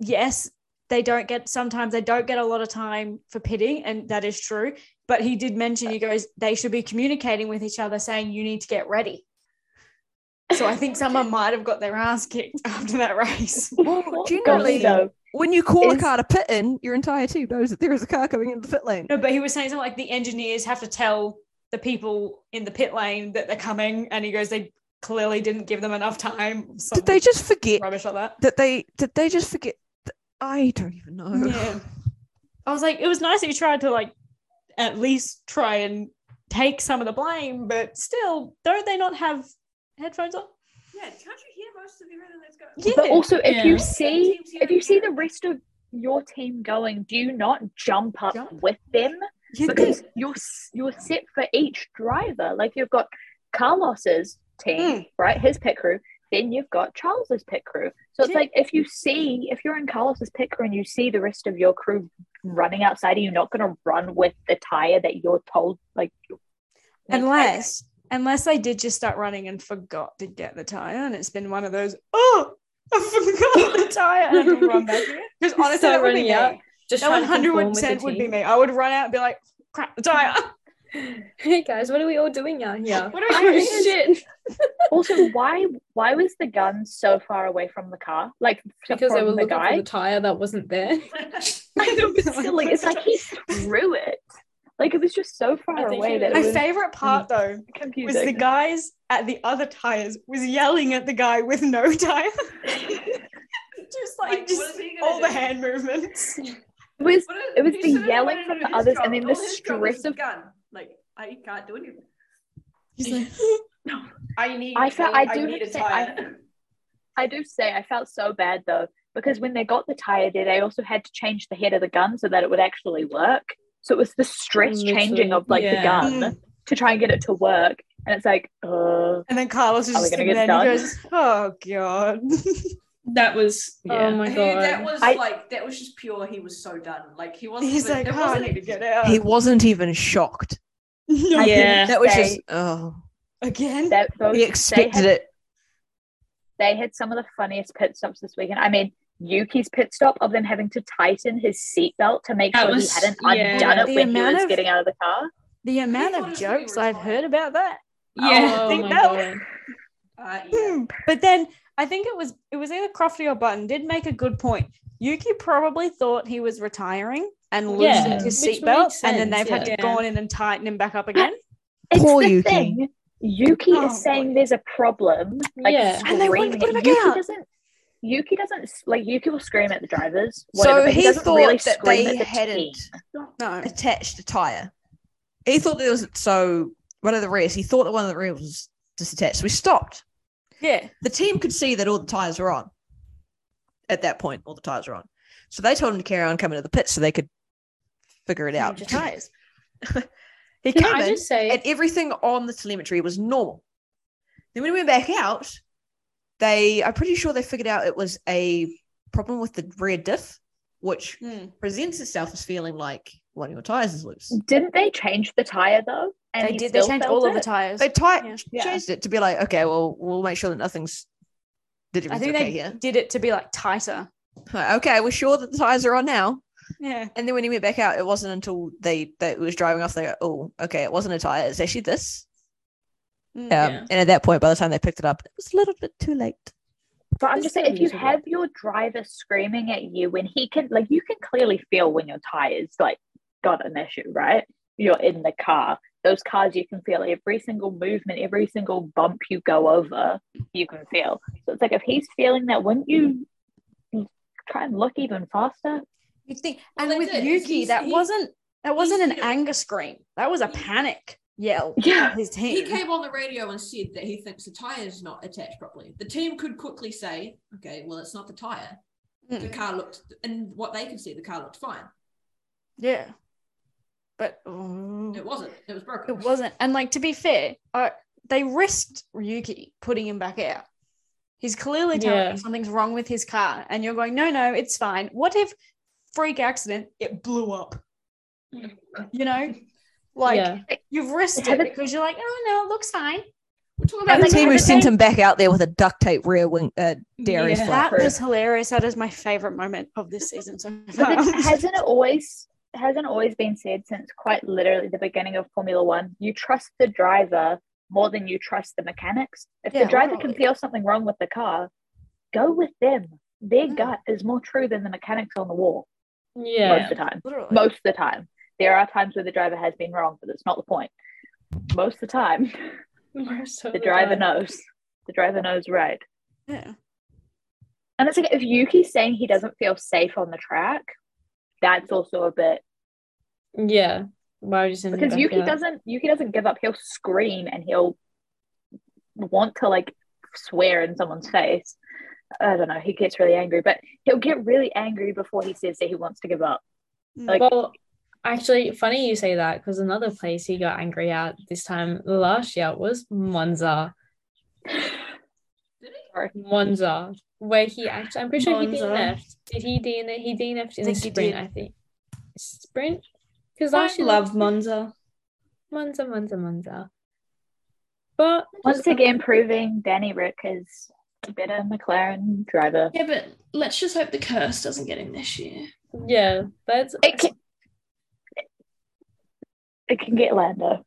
[SPEAKER 2] yes, they don't get sometimes they don't get a lot of time for pitting, and that is true. But he did mention he goes, they should be communicating with each other, saying you need to get ready. So I think someone might have got their ass kicked after that race.
[SPEAKER 3] Well, generally,
[SPEAKER 5] though,
[SPEAKER 3] when you call a
[SPEAKER 5] Is-
[SPEAKER 3] car to pit in, your entire team knows that there is a car coming into the pit lane.
[SPEAKER 2] No, but he was saying something like the engineers have to tell the people in the pit lane that they're coming, and he goes, they clearly didn't give them enough time.
[SPEAKER 3] Did they just forget
[SPEAKER 2] rubbish like that?
[SPEAKER 3] that they did they just forget th- I don't even know.
[SPEAKER 2] yeah. I was like, it was nice that you tried to like at least try and take some of the blame, but still, don't they not have headphones on?
[SPEAKER 10] Yeah, can't you hear most of the rhythm that's going?
[SPEAKER 2] Yeah.
[SPEAKER 5] But also, if
[SPEAKER 1] Yeah.
[SPEAKER 5] you see
[SPEAKER 10] Teams here
[SPEAKER 5] if you
[SPEAKER 10] and
[SPEAKER 5] see
[SPEAKER 10] there.
[SPEAKER 5] the rest of your team going, do you not jump up
[SPEAKER 2] Jump.
[SPEAKER 5] with them
[SPEAKER 2] You
[SPEAKER 5] because you're s- you're set for each driver. Like you've got Carlos's team, right? His pit crew. Then you've got Charles's pit crew. So it's
[SPEAKER 2] Yeah.
[SPEAKER 5] like if you see if you're in Carlos's pit crew and you see the rest of your crew running outside, are you not going to run with the tire that you're told? Like
[SPEAKER 2] unless unless they did just start running and forgot to get the tire, and it's been one of those, oh, I forgot the tire, and I have to run back here. Because honestly,
[SPEAKER 1] Start
[SPEAKER 2] that would be
[SPEAKER 1] running
[SPEAKER 2] me.
[SPEAKER 1] out, Just
[SPEAKER 2] That
[SPEAKER 1] trying
[SPEAKER 2] one
[SPEAKER 1] to
[SPEAKER 2] hundred
[SPEAKER 1] conform with the
[SPEAKER 2] percent would be
[SPEAKER 1] team.
[SPEAKER 2] me. I would run out and be like, crap, the tire.
[SPEAKER 1] Hey guys, what are we all doing out here?
[SPEAKER 2] What are we
[SPEAKER 1] Oh
[SPEAKER 2] doing?
[SPEAKER 1] shit!
[SPEAKER 5] also, why why was the gun so far away from the car? Like
[SPEAKER 1] Because they
[SPEAKER 5] from
[SPEAKER 1] were
[SPEAKER 5] the
[SPEAKER 1] looking
[SPEAKER 5] guy.
[SPEAKER 1] for the tire that wasn't there.
[SPEAKER 5] Like it's like he threw it. Like it was just so far
[SPEAKER 4] I think
[SPEAKER 5] away
[SPEAKER 4] it
[SPEAKER 5] that
[SPEAKER 2] My
[SPEAKER 5] it was
[SPEAKER 2] favorite part though was
[SPEAKER 5] confusing.
[SPEAKER 2] the guys at the other tires was yelling at the guy with no tire. just like,
[SPEAKER 10] Like, what
[SPEAKER 2] just
[SPEAKER 10] is he gonna
[SPEAKER 2] all the
[SPEAKER 10] do?
[SPEAKER 2] hand movements.
[SPEAKER 5] It was
[SPEAKER 10] What
[SPEAKER 5] It was
[SPEAKER 10] he
[SPEAKER 5] the
[SPEAKER 10] should have
[SPEAKER 5] yelling
[SPEAKER 10] waited
[SPEAKER 5] from
[SPEAKER 10] for
[SPEAKER 5] the
[SPEAKER 10] his
[SPEAKER 5] others
[SPEAKER 10] job.
[SPEAKER 5] and then
[SPEAKER 10] All
[SPEAKER 5] the
[SPEAKER 10] his job was
[SPEAKER 5] stress of-
[SPEAKER 10] gun. Like I can't do anything.
[SPEAKER 2] He's like,
[SPEAKER 10] I need.
[SPEAKER 5] I
[SPEAKER 2] oh,
[SPEAKER 5] felt- I do have
[SPEAKER 10] need
[SPEAKER 5] to
[SPEAKER 10] a
[SPEAKER 5] say, I-
[SPEAKER 10] tire.
[SPEAKER 5] I do say I felt so bad though because when they got the tire there, they also had to change the head of the gun so that it would actually work. So it was the stress changing of like
[SPEAKER 4] Yeah.
[SPEAKER 5] the
[SPEAKER 2] Mm.
[SPEAKER 5] gun to try and get it to work, and it's like, uh,
[SPEAKER 2] and then Carlos is
[SPEAKER 5] Are we
[SPEAKER 2] just
[SPEAKER 5] gonna
[SPEAKER 2] sitting there
[SPEAKER 5] get
[SPEAKER 2] and he
[SPEAKER 5] done?
[SPEAKER 2] goes, "Oh god."
[SPEAKER 4] That was
[SPEAKER 1] Oh
[SPEAKER 4] yeah.
[SPEAKER 1] my
[SPEAKER 10] He-
[SPEAKER 1] god!
[SPEAKER 10] that was
[SPEAKER 5] I-
[SPEAKER 10] like that was just pure. He was so done. Like he wasn't.
[SPEAKER 2] He's
[SPEAKER 10] there-
[SPEAKER 2] like,
[SPEAKER 10] there
[SPEAKER 2] "Oh, I
[SPEAKER 10] wasn't-
[SPEAKER 2] need to get
[SPEAKER 5] uh,
[SPEAKER 2] out."
[SPEAKER 3] He wasn't even shocked.
[SPEAKER 2] No,
[SPEAKER 4] yeah.
[SPEAKER 3] That was
[SPEAKER 5] Say-
[SPEAKER 3] just oh
[SPEAKER 2] again.
[SPEAKER 5] that those,
[SPEAKER 3] he
[SPEAKER 5] they,
[SPEAKER 3] expected
[SPEAKER 5] had,
[SPEAKER 3] it.
[SPEAKER 5] they had some of the funniest pit stops this weekend. I mean, Yuki's pit stop of them having to tighten his seatbelt to make
[SPEAKER 4] That
[SPEAKER 5] sure
[SPEAKER 4] was-
[SPEAKER 5] he hadn't
[SPEAKER 4] yeah.
[SPEAKER 5] undone it
[SPEAKER 2] The
[SPEAKER 5] when he
[SPEAKER 2] amount
[SPEAKER 5] was
[SPEAKER 2] of-
[SPEAKER 5] getting out of the car.
[SPEAKER 2] the amount
[SPEAKER 10] He
[SPEAKER 2] of
[SPEAKER 10] thought it was gonna be
[SPEAKER 2] jokes I've
[SPEAKER 10] retired.
[SPEAKER 2] heard about that.
[SPEAKER 4] Yeah.
[SPEAKER 1] oh
[SPEAKER 2] think
[SPEAKER 1] my
[SPEAKER 2] that
[SPEAKER 1] god!
[SPEAKER 10] Uh, yeah.
[SPEAKER 2] Hmm. But then I think it was it was either Crofty or Button did make a good point. Yuki probably thought he was retiring and loosened
[SPEAKER 1] Yeah,
[SPEAKER 2] his
[SPEAKER 1] which
[SPEAKER 2] seatbelt,
[SPEAKER 1] makes
[SPEAKER 2] and then
[SPEAKER 1] sense,
[SPEAKER 2] they've had to
[SPEAKER 4] yeah.
[SPEAKER 2] go on in and tighten him back up again.
[SPEAKER 5] It's
[SPEAKER 3] Poor
[SPEAKER 5] the
[SPEAKER 3] Yuki.
[SPEAKER 5] thing. Yuki
[SPEAKER 2] Oh,
[SPEAKER 5] is saying there's a problem. Like,
[SPEAKER 1] Yeah.
[SPEAKER 2] And they won't
[SPEAKER 5] screaming
[SPEAKER 2] put
[SPEAKER 5] it.
[SPEAKER 2] it back
[SPEAKER 5] Yuki
[SPEAKER 2] out.
[SPEAKER 5] doesn't. Yuki doesn't like. Yuki will scream at the drivers. whatever,
[SPEAKER 3] So
[SPEAKER 5] but
[SPEAKER 3] he
[SPEAKER 5] doesn't
[SPEAKER 3] thought
[SPEAKER 5] really
[SPEAKER 3] that
[SPEAKER 5] scream
[SPEAKER 3] they
[SPEAKER 5] at the
[SPEAKER 3] hadn't
[SPEAKER 5] team.
[SPEAKER 2] No,
[SPEAKER 3] attached a tire. He thought there was so one of the rears. He thought that one of the rears was disattached. So we stopped.
[SPEAKER 2] yeah,
[SPEAKER 3] The team could see that all the tires were on. At that point, all the tires were on. So they told him to carry on coming to the pit so they could figure it out.
[SPEAKER 2] Change your tires.
[SPEAKER 3] he
[SPEAKER 1] Can
[SPEAKER 3] came
[SPEAKER 1] I
[SPEAKER 3] in
[SPEAKER 1] just say
[SPEAKER 3] and everything on the telemetry was normal. Then when we went back out, they I'm pretty sure they figured out it was a problem with the rear diff, which
[SPEAKER 2] Hmm.
[SPEAKER 3] presents itself as feeling like one of your tires is loose.
[SPEAKER 5] Didn't they change the tire though? And
[SPEAKER 2] they
[SPEAKER 5] he
[SPEAKER 2] did. They
[SPEAKER 5] still
[SPEAKER 2] changed
[SPEAKER 5] felt
[SPEAKER 2] all of
[SPEAKER 5] it?
[SPEAKER 2] the tires.
[SPEAKER 3] They tight
[SPEAKER 2] Yeah.
[SPEAKER 5] Yeah.
[SPEAKER 3] changed it to be like, okay, well, we'll make sure that nothing's did
[SPEAKER 2] I
[SPEAKER 3] everything
[SPEAKER 2] think
[SPEAKER 3] okay
[SPEAKER 2] they
[SPEAKER 3] here.
[SPEAKER 2] did it to be like tighter.
[SPEAKER 3] Like, okay, we're sure that the tires are on now.
[SPEAKER 2] Yeah,
[SPEAKER 3] And then when he went back out, it wasn't until they that it was driving off. They go, oh, okay, it wasn't a tire. It's actually this.
[SPEAKER 2] Mm.
[SPEAKER 3] Um, And at that point, by the time they picked it up, it was a little bit too late.
[SPEAKER 5] But I'm
[SPEAKER 1] It's
[SPEAKER 5] just
[SPEAKER 1] so
[SPEAKER 5] saying, if you
[SPEAKER 1] miserable.
[SPEAKER 5] have your driver screaming at you when he can, like, you can clearly feel when your tires like got an issue, right? You're in the car. Those cars, you can feel every single movement, every single bump you go over, you can feel. So it's like if he's feeling that, wouldn't you try and look even faster?
[SPEAKER 2] you think,
[SPEAKER 10] Well,
[SPEAKER 2] and
[SPEAKER 10] they
[SPEAKER 2] with
[SPEAKER 10] did.
[SPEAKER 2] Yuki,
[SPEAKER 10] He's-
[SPEAKER 2] that
[SPEAKER 10] he-
[SPEAKER 2] wasn't that wasn't an
[SPEAKER 10] still-
[SPEAKER 2] anger scream. That was a panic. yell
[SPEAKER 5] Yeah.
[SPEAKER 2] at his
[SPEAKER 10] He
[SPEAKER 2] team.
[SPEAKER 10] came on the radio and said that he thinks the tire is not attached properly. The team could quickly say, okay, well, it's not the tire. The
[SPEAKER 3] Hmm.
[SPEAKER 2] Mm.
[SPEAKER 10] car looked, and what they could see, the car looked fine.
[SPEAKER 2] Yeah. But oh,
[SPEAKER 10] It wasn't. It was broken.
[SPEAKER 2] it wasn't. And like to be fair, uh, they risked Ryuki putting him back out. He's clearly telling
[SPEAKER 1] Yeah.
[SPEAKER 2] you something's wrong with his car, and you're going, no, no, it's fine. What if freak accident? It blew up. You know, like
[SPEAKER 1] yeah.
[SPEAKER 2] you've risked it
[SPEAKER 5] Haven't-
[SPEAKER 2] because you're like, oh no, it looks fine.
[SPEAKER 10] We're talking
[SPEAKER 5] And
[SPEAKER 10] about
[SPEAKER 3] the
[SPEAKER 5] the like,
[SPEAKER 3] team who
[SPEAKER 5] haven't
[SPEAKER 3] sent
[SPEAKER 5] they-
[SPEAKER 3] him back out there with a duct tape rear wing uh, Darius
[SPEAKER 4] Yeah.
[SPEAKER 2] That
[SPEAKER 3] flapper.
[SPEAKER 2] was hilarious. That is my favorite moment of this season so
[SPEAKER 5] But
[SPEAKER 2] far.
[SPEAKER 5] it hasn't it always hasn't always been said since quite literally the beginning of Formula One. You trust the driver more than you trust the mechanics. If
[SPEAKER 2] Yeah,
[SPEAKER 5] the driver can
[SPEAKER 2] totally.
[SPEAKER 5] feel something wrong with the car, go with them. Their
[SPEAKER 2] Mm.
[SPEAKER 5] gut is more true than the mechanics on the wall most
[SPEAKER 1] Yeah.
[SPEAKER 5] of the time.
[SPEAKER 2] Literally.
[SPEAKER 5] Most of the time. There are times where the driver has been wrong, but that's not the point. Most of the time,
[SPEAKER 1] Most of
[SPEAKER 5] the driver
[SPEAKER 1] time.
[SPEAKER 5] knows. The driver knows right.
[SPEAKER 2] Yeah.
[SPEAKER 5] And it's like if Yuki's saying he doesn't feel safe on the track, that's also a bit
[SPEAKER 1] Yeah. Why would you send him
[SPEAKER 5] because
[SPEAKER 1] back
[SPEAKER 5] Yuki
[SPEAKER 1] out?
[SPEAKER 5] doesn't Yuki doesn't give up. He'll scream and he'll want to like swear in someone's face. I don't know. He gets really angry, but he'll get really angry before he says that he wants to give up. Like
[SPEAKER 1] Well, actually, funny you say that because another place he got angry at this time last year was Monza.
[SPEAKER 10] Did
[SPEAKER 1] Monza, where he actually, I'm pretty sure he
[SPEAKER 4] Monza.
[SPEAKER 1] DNF'd. Did he DNF? He DNF'd in the
[SPEAKER 2] Think he
[SPEAKER 1] sprint,
[SPEAKER 2] did.
[SPEAKER 1] I think. Sprint? Because
[SPEAKER 4] I
[SPEAKER 1] last year
[SPEAKER 4] love Monza.
[SPEAKER 1] Monza, Monza, Monza. But
[SPEAKER 5] once again, proving Danny Rick is a better McLaren driver.
[SPEAKER 4] Yeah, but let's just hope the curse doesn't get him this year.
[SPEAKER 1] yeah, that's
[SPEAKER 5] It can, it can get Lando.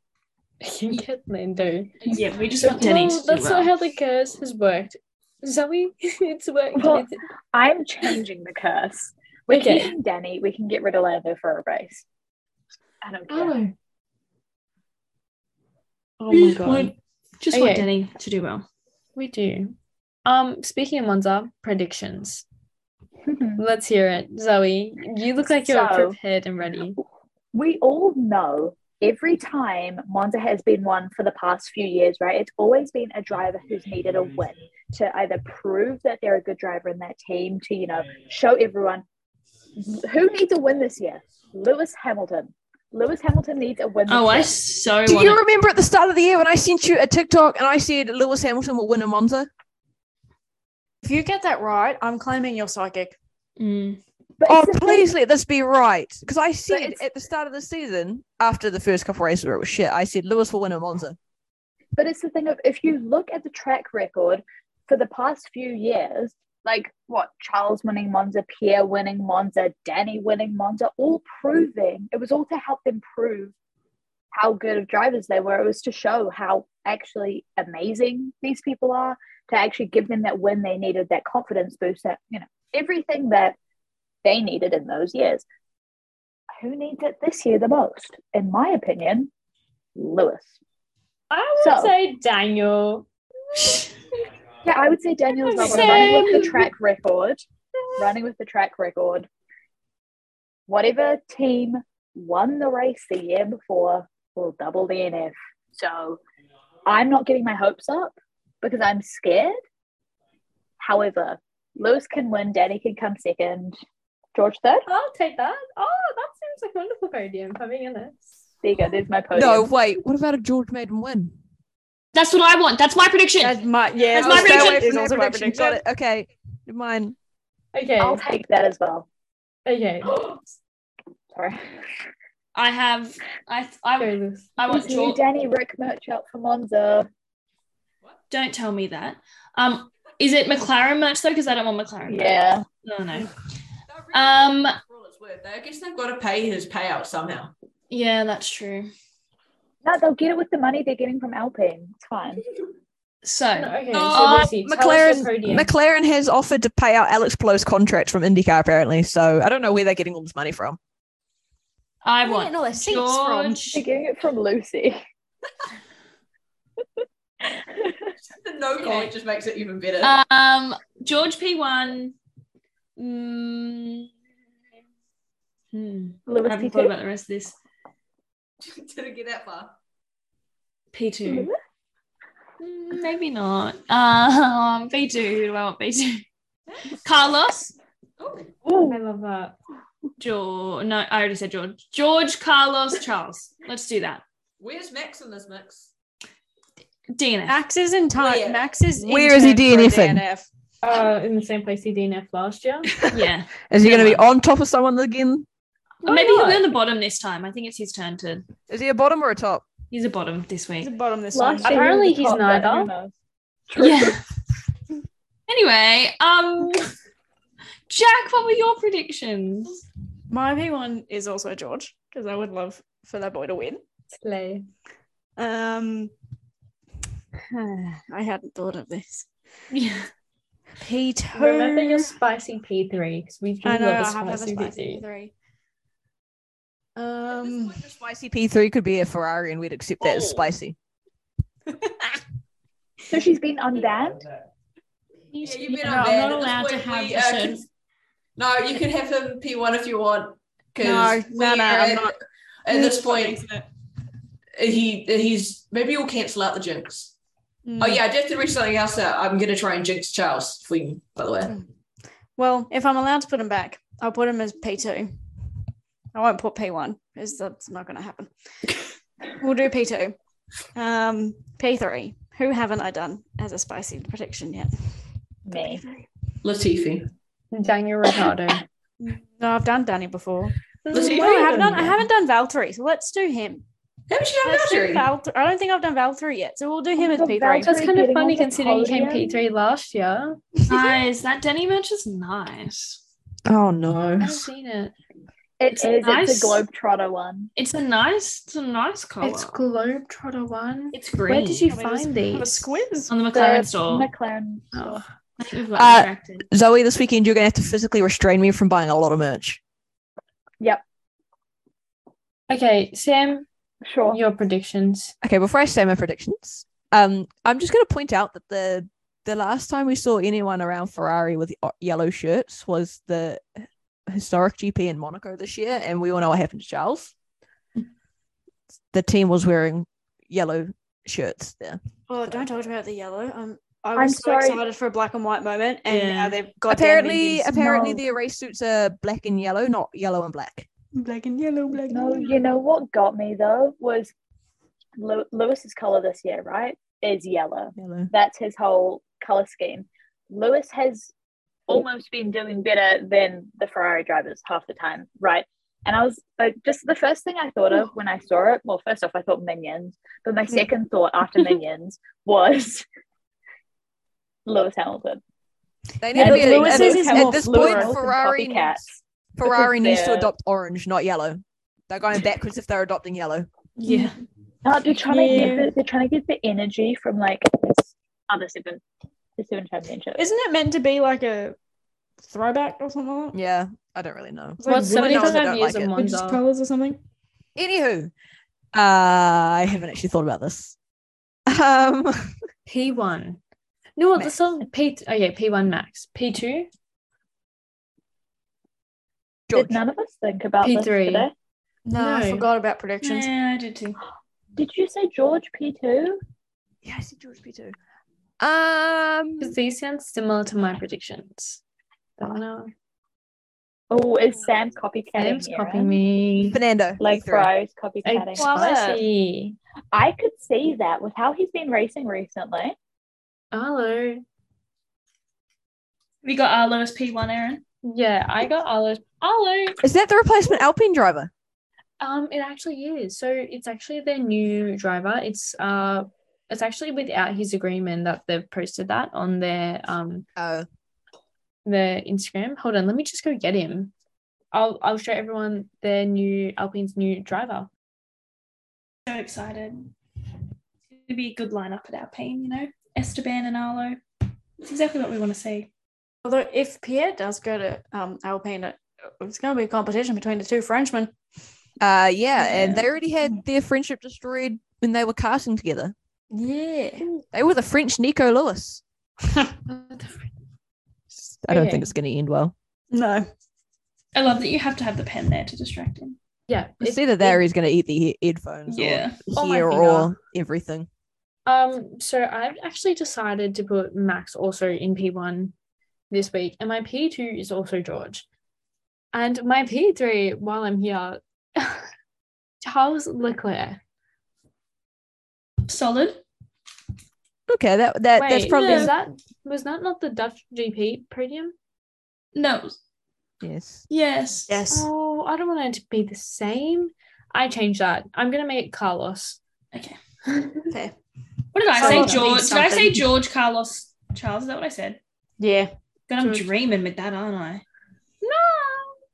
[SPEAKER 1] you get Lando.
[SPEAKER 4] Yeah, we just want Denny
[SPEAKER 1] No,
[SPEAKER 4] to do
[SPEAKER 1] that's
[SPEAKER 4] well.
[SPEAKER 1] not how the curse has worked. Zoe, it's worked.
[SPEAKER 5] Well,
[SPEAKER 1] It's-
[SPEAKER 5] I'm changing the curse. We're
[SPEAKER 1] Okay.
[SPEAKER 5] keeping Danny. We can get rid of Lando for a race. I don't care.
[SPEAKER 1] oh,
[SPEAKER 2] Oh my god.
[SPEAKER 4] We just
[SPEAKER 1] Okay.
[SPEAKER 4] want Denny to do well.
[SPEAKER 1] we do. Um, speaking of Monza, predictions.
[SPEAKER 5] Mm-hmm.
[SPEAKER 1] Let's hear it, Zoe. You look like you're
[SPEAKER 5] So-
[SPEAKER 1] prepared and ready.
[SPEAKER 5] we all know every time Monza has been won for the past few years, right? It's always been a driver who's needed a win to either prove that they're a good driver in that team, to, you know, show everyone who needs a win this year? Lewis Hamilton. Lewis Hamilton needs a win. This
[SPEAKER 4] Oh,
[SPEAKER 5] year.
[SPEAKER 4] I so
[SPEAKER 3] Do
[SPEAKER 4] want
[SPEAKER 3] you remember at the start of the year when I sent you a TikTok and I said Lewis Hamilton will win a Monza?
[SPEAKER 2] If you get that right, I'm claiming you're psychic.
[SPEAKER 4] it. Mm.
[SPEAKER 5] But
[SPEAKER 3] Oh,
[SPEAKER 5] it's the thing-
[SPEAKER 3] please let this be right. Because I said
[SPEAKER 5] it's-
[SPEAKER 3] at the start of the season, after the first couple races where it was shit, I said Lewis will win a Monza.
[SPEAKER 5] But it's the thing of if you look at the track record for the past few years, like what Charles winning Monza, Pierre winning Monza, Danny winning Monza, all proving it was all to help them prove how good of drivers they were. It was to show how actually amazing these people are, to actually give them that win they needed, that confidence boost, that you know, everything that they needed in those years. Who needs it this year the most? In my opinion, Lewis.
[SPEAKER 1] I would
[SPEAKER 5] So-
[SPEAKER 1] say Daniel.
[SPEAKER 5] Yeah, I would say Daniel's
[SPEAKER 1] I'm
[SPEAKER 5] not running with the
[SPEAKER 1] saying-
[SPEAKER 5] track record. Running with the track record. Whatever team won the race the year before will double the NF. So I'm not getting my hopes up because I'm scared. However, Lewis can win, Danny can come second, George third.
[SPEAKER 1] I'll take that. Oh, that seems like a wonderful podium, if I'm being honest.
[SPEAKER 5] There you go, there's
[SPEAKER 2] Oh,
[SPEAKER 5] my podium.
[SPEAKER 3] No, wait. What about if George made him win?
[SPEAKER 4] That's what I want. That's my prediction.
[SPEAKER 2] That's my yeah.
[SPEAKER 4] That's my
[SPEAKER 2] stay
[SPEAKER 4] prediction.
[SPEAKER 2] away from
[SPEAKER 3] There's
[SPEAKER 2] that
[SPEAKER 3] also my prediction.
[SPEAKER 2] prediction.
[SPEAKER 3] Got it. Okay. Mine.
[SPEAKER 1] Okay.
[SPEAKER 5] I'll take that as well.
[SPEAKER 1] okay.
[SPEAKER 5] Sorry.
[SPEAKER 4] I have. I. I.
[SPEAKER 1] Sorry, Liz.
[SPEAKER 4] I want
[SPEAKER 5] New
[SPEAKER 4] Oh, George.
[SPEAKER 5] Danny Rick merch out for Monza.
[SPEAKER 4] Don't tell me that. Um, is it McLaren merch though? Because I don't want McLaren. merch.
[SPEAKER 5] Yeah.
[SPEAKER 4] No, no. Um,
[SPEAKER 10] Um, I guess they've got to pay his payout somehow.
[SPEAKER 4] Yeah, that's true.
[SPEAKER 5] No, they'll get it with the money they're getting from Alpine. It's fine.
[SPEAKER 1] No,
[SPEAKER 4] So
[SPEAKER 1] okay.
[SPEAKER 4] Uh,
[SPEAKER 1] so Lucy, tell us
[SPEAKER 3] McLaren
[SPEAKER 1] your podium.
[SPEAKER 3] McLaren has offered to pay out Alex Blow's contract from IndyCar apparently. So I don't know where they're getting all this money from.
[SPEAKER 4] I
[SPEAKER 2] Where are they getting
[SPEAKER 4] want
[SPEAKER 2] all their seats from?
[SPEAKER 4] George.
[SPEAKER 5] They're getting it from Lucy.
[SPEAKER 10] The no comment just makes it even better.
[SPEAKER 2] Uh,
[SPEAKER 4] Um, George P one. Mm, hmm. I
[SPEAKER 5] Lewis
[SPEAKER 4] haven't
[SPEAKER 5] P
[SPEAKER 1] Hmm.
[SPEAKER 4] thought
[SPEAKER 5] two.
[SPEAKER 4] about the rest of this.
[SPEAKER 10] Didn't get that far.
[SPEAKER 4] P2.
[SPEAKER 2] Mm-hmm.
[SPEAKER 1] Mm, Maybe not. Um, B2. Who do I want B2? Carlos?
[SPEAKER 10] Oh,
[SPEAKER 5] Ooh,
[SPEAKER 1] I love that. George. No, I already said George. George, Carlos, Charles. Let's do that.
[SPEAKER 10] where's Max in this mix?
[SPEAKER 1] DNF.
[SPEAKER 2] Max is in time.
[SPEAKER 10] Where?
[SPEAKER 2] Max is.
[SPEAKER 3] Where is he
[SPEAKER 2] intern for
[SPEAKER 3] DNFing?
[SPEAKER 2] DNF.
[SPEAKER 1] Uh, in the same place he DNF last year.
[SPEAKER 2] Ah.
[SPEAKER 1] Yeah.
[SPEAKER 3] Is he going to be on top of someone again?
[SPEAKER 1] Or Maybe he'll be on the bottom this time. I think it's his turn to.
[SPEAKER 3] Is he a bottom or a top?
[SPEAKER 1] He's a bottom this
[SPEAKER 2] He's
[SPEAKER 1] week.
[SPEAKER 2] at the bottom this
[SPEAKER 5] last
[SPEAKER 2] time.
[SPEAKER 5] year
[SPEAKER 1] Apparently
[SPEAKER 5] he was the
[SPEAKER 1] he's
[SPEAKER 5] top,
[SPEAKER 1] neither.
[SPEAKER 5] but who knows?
[SPEAKER 1] Yeah. anyway, um, Jack, what were your predictions?
[SPEAKER 2] My P1 is also George because I would love for that boy to win.
[SPEAKER 1] Slay.
[SPEAKER 2] Um, I hadn't thought of this.
[SPEAKER 1] Yeah.
[SPEAKER 2] P2.
[SPEAKER 1] Remember your spicy P3 because we do
[SPEAKER 2] I know,
[SPEAKER 1] love a
[SPEAKER 2] I have a
[SPEAKER 1] spicy,
[SPEAKER 2] spicy
[SPEAKER 1] P3.
[SPEAKER 3] At
[SPEAKER 2] P3.
[SPEAKER 3] this
[SPEAKER 2] Um,
[SPEAKER 3] point, just spicy P3 could be a Ferrari and we'd accept that as spicy.
[SPEAKER 5] So she's been unbanned.
[SPEAKER 10] Yeah, you've been
[SPEAKER 1] No,
[SPEAKER 10] on
[SPEAKER 1] I'm
[SPEAKER 10] band.
[SPEAKER 1] not allowed
[SPEAKER 10] At
[SPEAKER 1] to
[SPEAKER 10] this point,
[SPEAKER 1] have
[SPEAKER 10] we,
[SPEAKER 1] a
[SPEAKER 10] uh,
[SPEAKER 1] certain.
[SPEAKER 10] can- No, you can have him P1 if you want. 'cause
[SPEAKER 2] No,
[SPEAKER 10] we
[SPEAKER 2] no, no,
[SPEAKER 10] are
[SPEAKER 2] I'm
[SPEAKER 10] at-
[SPEAKER 2] not.
[SPEAKER 10] At this
[SPEAKER 2] It's
[SPEAKER 10] point, uh, he he's maybe we'll cancel out the jinx.
[SPEAKER 2] Mm.
[SPEAKER 10] Oh yeah, I did have to reach something else out. I'm gonna try and jinx Charles for you, by the way.
[SPEAKER 2] Well, if I'm allowed to put him back, I'll put him as P2. I won't put P1 because that's not going to happen. we'll do P2. Um, P3. Who haven't I done as a spicy prediction yet?
[SPEAKER 5] Me.
[SPEAKER 10] Latifi.
[SPEAKER 1] Daniel Ricardo.
[SPEAKER 2] No, I've done Danny before.
[SPEAKER 10] Let's see.
[SPEAKER 2] No, I haven't done, I haven't done Valtteri, so let's do him.
[SPEAKER 10] Haven't you done
[SPEAKER 2] Let's do
[SPEAKER 10] Valtteri?
[SPEAKER 2] Valtteri. I don't think I've done Valtteri yet, so we'll do him as
[SPEAKER 5] Oh,
[SPEAKER 2] P3.
[SPEAKER 5] Valtteri.
[SPEAKER 1] That's kind of
[SPEAKER 5] Getting
[SPEAKER 1] funny
[SPEAKER 5] off the
[SPEAKER 1] considering he came
[SPEAKER 5] podium.
[SPEAKER 1] P3 last year. Nice. That Denny match is nice.
[SPEAKER 3] Oh no.
[SPEAKER 1] I've seen it.
[SPEAKER 5] It
[SPEAKER 1] It's
[SPEAKER 5] is. It's
[SPEAKER 1] nice.
[SPEAKER 5] a Globetrotter one.
[SPEAKER 1] It's a nice, it's a nice color.
[SPEAKER 4] It's
[SPEAKER 1] Globetrotter one.
[SPEAKER 4] It's green.
[SPEAKER 1] Where did you
[SPEAKER 2] Can we just
[SPEAKER 1] find these?
[SPEAKER 2] Have a squiz.
[SPEAKER 1] On the McLaren
[SPEAKER 5] The
[SPEAKER 1] store.
[SPEAKER 5] McLaren.
[SPEAKER 1] oh, I think we've
[SPEAKER 3] Uh,
[SPEAKER 1] got distracted.
[SPEAKER 3] Zoe, this weekend you're going to have to physically restrain me from buying a lot of merch.
[SPEAKER 1] Okay, Sam,
[SPEAKER 5] Sure.
[SPEAKER 1] your predictions.
[SPEAKER 3] Okay, before I say my predictions, um, I'm just going to point out that the the last time we saw anyone around Ferrari with o- yellow shirts was the historic GP in Monaco this year, and we all know what happened to Charles. The team was wearing yellow shirts there.
[SPEAKER 2] Oh, don't talk about the yellow. Um, I
[SPEAKER 5] I'm
[SPEAKER 2] was so
[SPEAKER 5] sorry.
[SPEAKER 2] excited for a black and white moment, and
[SPEAKER 1] Yeah.
[SPEAKER 2] now they've got
[SPEAKER 3] apparently, apparently
[SPEAKER 5] No.
[SPEAKER 3] the erase suits are black and yellow, not yellow and black.
[SPEAKER 2] black and yellow, black
[SPEAKER 5] No, you know what got me though was Lew- Lewis's color this year, right? Is yellow.
[SPEAKER 3] Yellow.
[SPEAKER 5] That's his whole color scheme. Lewis has almost been doing better than the Ferrari drivers half the time, right? And I was like, just the first thing I thought of when I saw it. Well, first off, I thought Minions, but my second thought after Minions was Lewis Hamilton.
[SPEAKER 3] They
[SPEAKER 2] Yeah,
[SPEAKER 3] need to
[SPEAKER 2] but
[SPEAKER 3] be-
[SPEAKER 2] Lewis
[SPEAKER 3] at,
[SPEAKER 2] is
[SPEAKER 3] this-
[SPEAKER 2] his
[SPEAKER 3] at
[SPEAKER 2] more
[SPEAKER 3] this
[SPEAKER 5] Lewis
[SPEAKER 3] point,
[SPEAKER 2] fluid
[SPEAKER 5] and
[SPEAKER 3] Ferrari needs,
[SPEAKER 5] copycats.
[SPEAKER 3] Ferrari needs to
[SPEAKER 5] they're-
[SPEAKER 3] adopt orange, not yellow. They're going backwards if they're adopting yellow.
[SPEAKER 1] Yeah.
[SPEAKER 5] No, they're trying to
[SPEAKER 2] Yeah.
[SPEAKER 5] get the, they're trying to get the energy from like this other seven the seven championship.
[SPEAKER 2] Isn't it meant to be like a throwback or something like that?
[SPEAKER 3] Yeah, I don't really know.
[SPEAKER 2] It's like
[SPEAKER 1] What's
[SPEAKER 2] women
[SPEAKER 3] else that
[SPEAKER 1] 75
[SPEAKER 3] don't
[SPEAKER 1] years
[SPEAKER 3] like
[SPEAKER 1] of
[SPEAKER 3] it?
[SPEAKER 2] with just
[SPEAKER 1] Monza?
[SPEAKER 2] colours or something?
[SPEAKER 3] Anywho, uh, I haven't actually thought about this. Um,
[SPEAKER 1] P1. No,
[SPEAKER 3] Max.
[SPEAKER 1] that's not P. Oh, yeah, P1 Max. P2?
[SPEAKER 3] George,
[SPEAKER 5] Did none of us think about this
[SPEAKER 1] P3.
[SPEAKER 5] today?
[SPEAKER 2] No,
[SPEAKER 1] No.
[SPEAKER 2] I forgot about predictions.
[SPEAKER 4] Yeah, I did too.
[SPEAKER 5] Did you say George P two?
[SPEAKER 3] yeah, I said George P two. Um,
[SPEAKER 1] Because these sound similar to my predictions. Don't know.
[SPEAKER 5] Oh, is Sam copycatting?
[SPEAKER 1] Sam's
[SPEAKER 5] Aaron?
[SPEAKER 1] copying me.
[SPEAKER 3] Fernando,
[SPEAKER 5] Like
[SPEAKER 3] P3.
[SPEAKER 5] Ferrari's
[SPEAKER 1] I
[SPEAKER 5] copycatting.
[SPEAKER 1] spicy.
[SPEAKER 5] I could see that with how he's been racing recently.
[SPEAKER 1] Hello.
[SPEAKER 4] We got our lowest P1, Aaron.
[SPEAKER 1] Yeah, I got Arlo. Arlo.
[SPEAKER 3] Is that the replacement Alpine driver?
[SPEAKER 1] Um, it actually is. So it's actually their new driver. It's uh, it's actually without his agreement that they've posted that on their um
[SPEAKER 3] Oh,
[SPEAKER 1] their Instagram. Hold on, let me just go get him. I'll I'll show everyone their new Alpine's new driver.
[SPEAKER 4] So excited. It's going to be a good lineup at our pain, you know? Esteban and Arlo. It's exactly what we want to see.
[SPEAKER 2] Although if Pierre does go to um, Alpine, it- it's going to be a competition between the two Frenchmen.
[SPEAKER 3] uh, yeah, and they already had their friendship destroyed when they were casting together.
[SPEAKER 2] Yeah.
[SPEAKER 3] They were the French Nico Lewis. I don't
[SPEAKER 1] Okay.
[SPEAKER 3] think it's going to end well.
[SPEAKER 2] No.
[SPEAKER 4] I love that you have to have the pen there to distract him.
[SPEAKER 1] Yeah.
[SPEAKER 3] It's
[SPEAKER 1] if-
[SPEAKER 3] either there he's going to eat the he- headphones
[SPEAKER 4] Yeah.
[SPEAKER 1] Or
[SPEAKER 3] or
[SPEAKER 1] my
[SPEAKER 3] here
[SPEAKER 1] finger.
[SPEAKER 3] or everything.
[SPEAKER 1] Um, so I've actually decided to put Max also in P1 this week, and my P2 is also George. And my P3, while I'm here, Charles Leclerc.
[SPEAKER 4] Solid.
[SPEAKER 3] Okay, that that that's
[SPEAKER 1] Wait,
[SPEAKER 3] probably
[SPEAKER 1] is that was that not the Dutch GP podium?
[SPEAKER 4] No.
[SPEAKER 3] yes.
[SPEAKER 4] Yes.
[SPEAKER 2] Yes.
[SPEAKER 1] Oh, I don't want it to be the same. I changed that. I'm gonna make it Carlos.
[SPEAKER 4] Okay.
[SPEAKER 2] Fair.
[SPEAKER 4] What did I
[SPEAKER 2] Solid
[SPEAKER 4] say?
[SPEAKER 2] means
[SPEAKER 4] George. Did I say
[SPEAKER 2] something.
[SPEAKER 4] George Carlos Charles? Is that what I said?
[SPEAKER 2] Yeah.
[SPEAKER 4] Then I'm
[SPEAKER 1] George.
[SPEAKER 4] dreaming with that, aren't I?
[SPEAKER 1] No.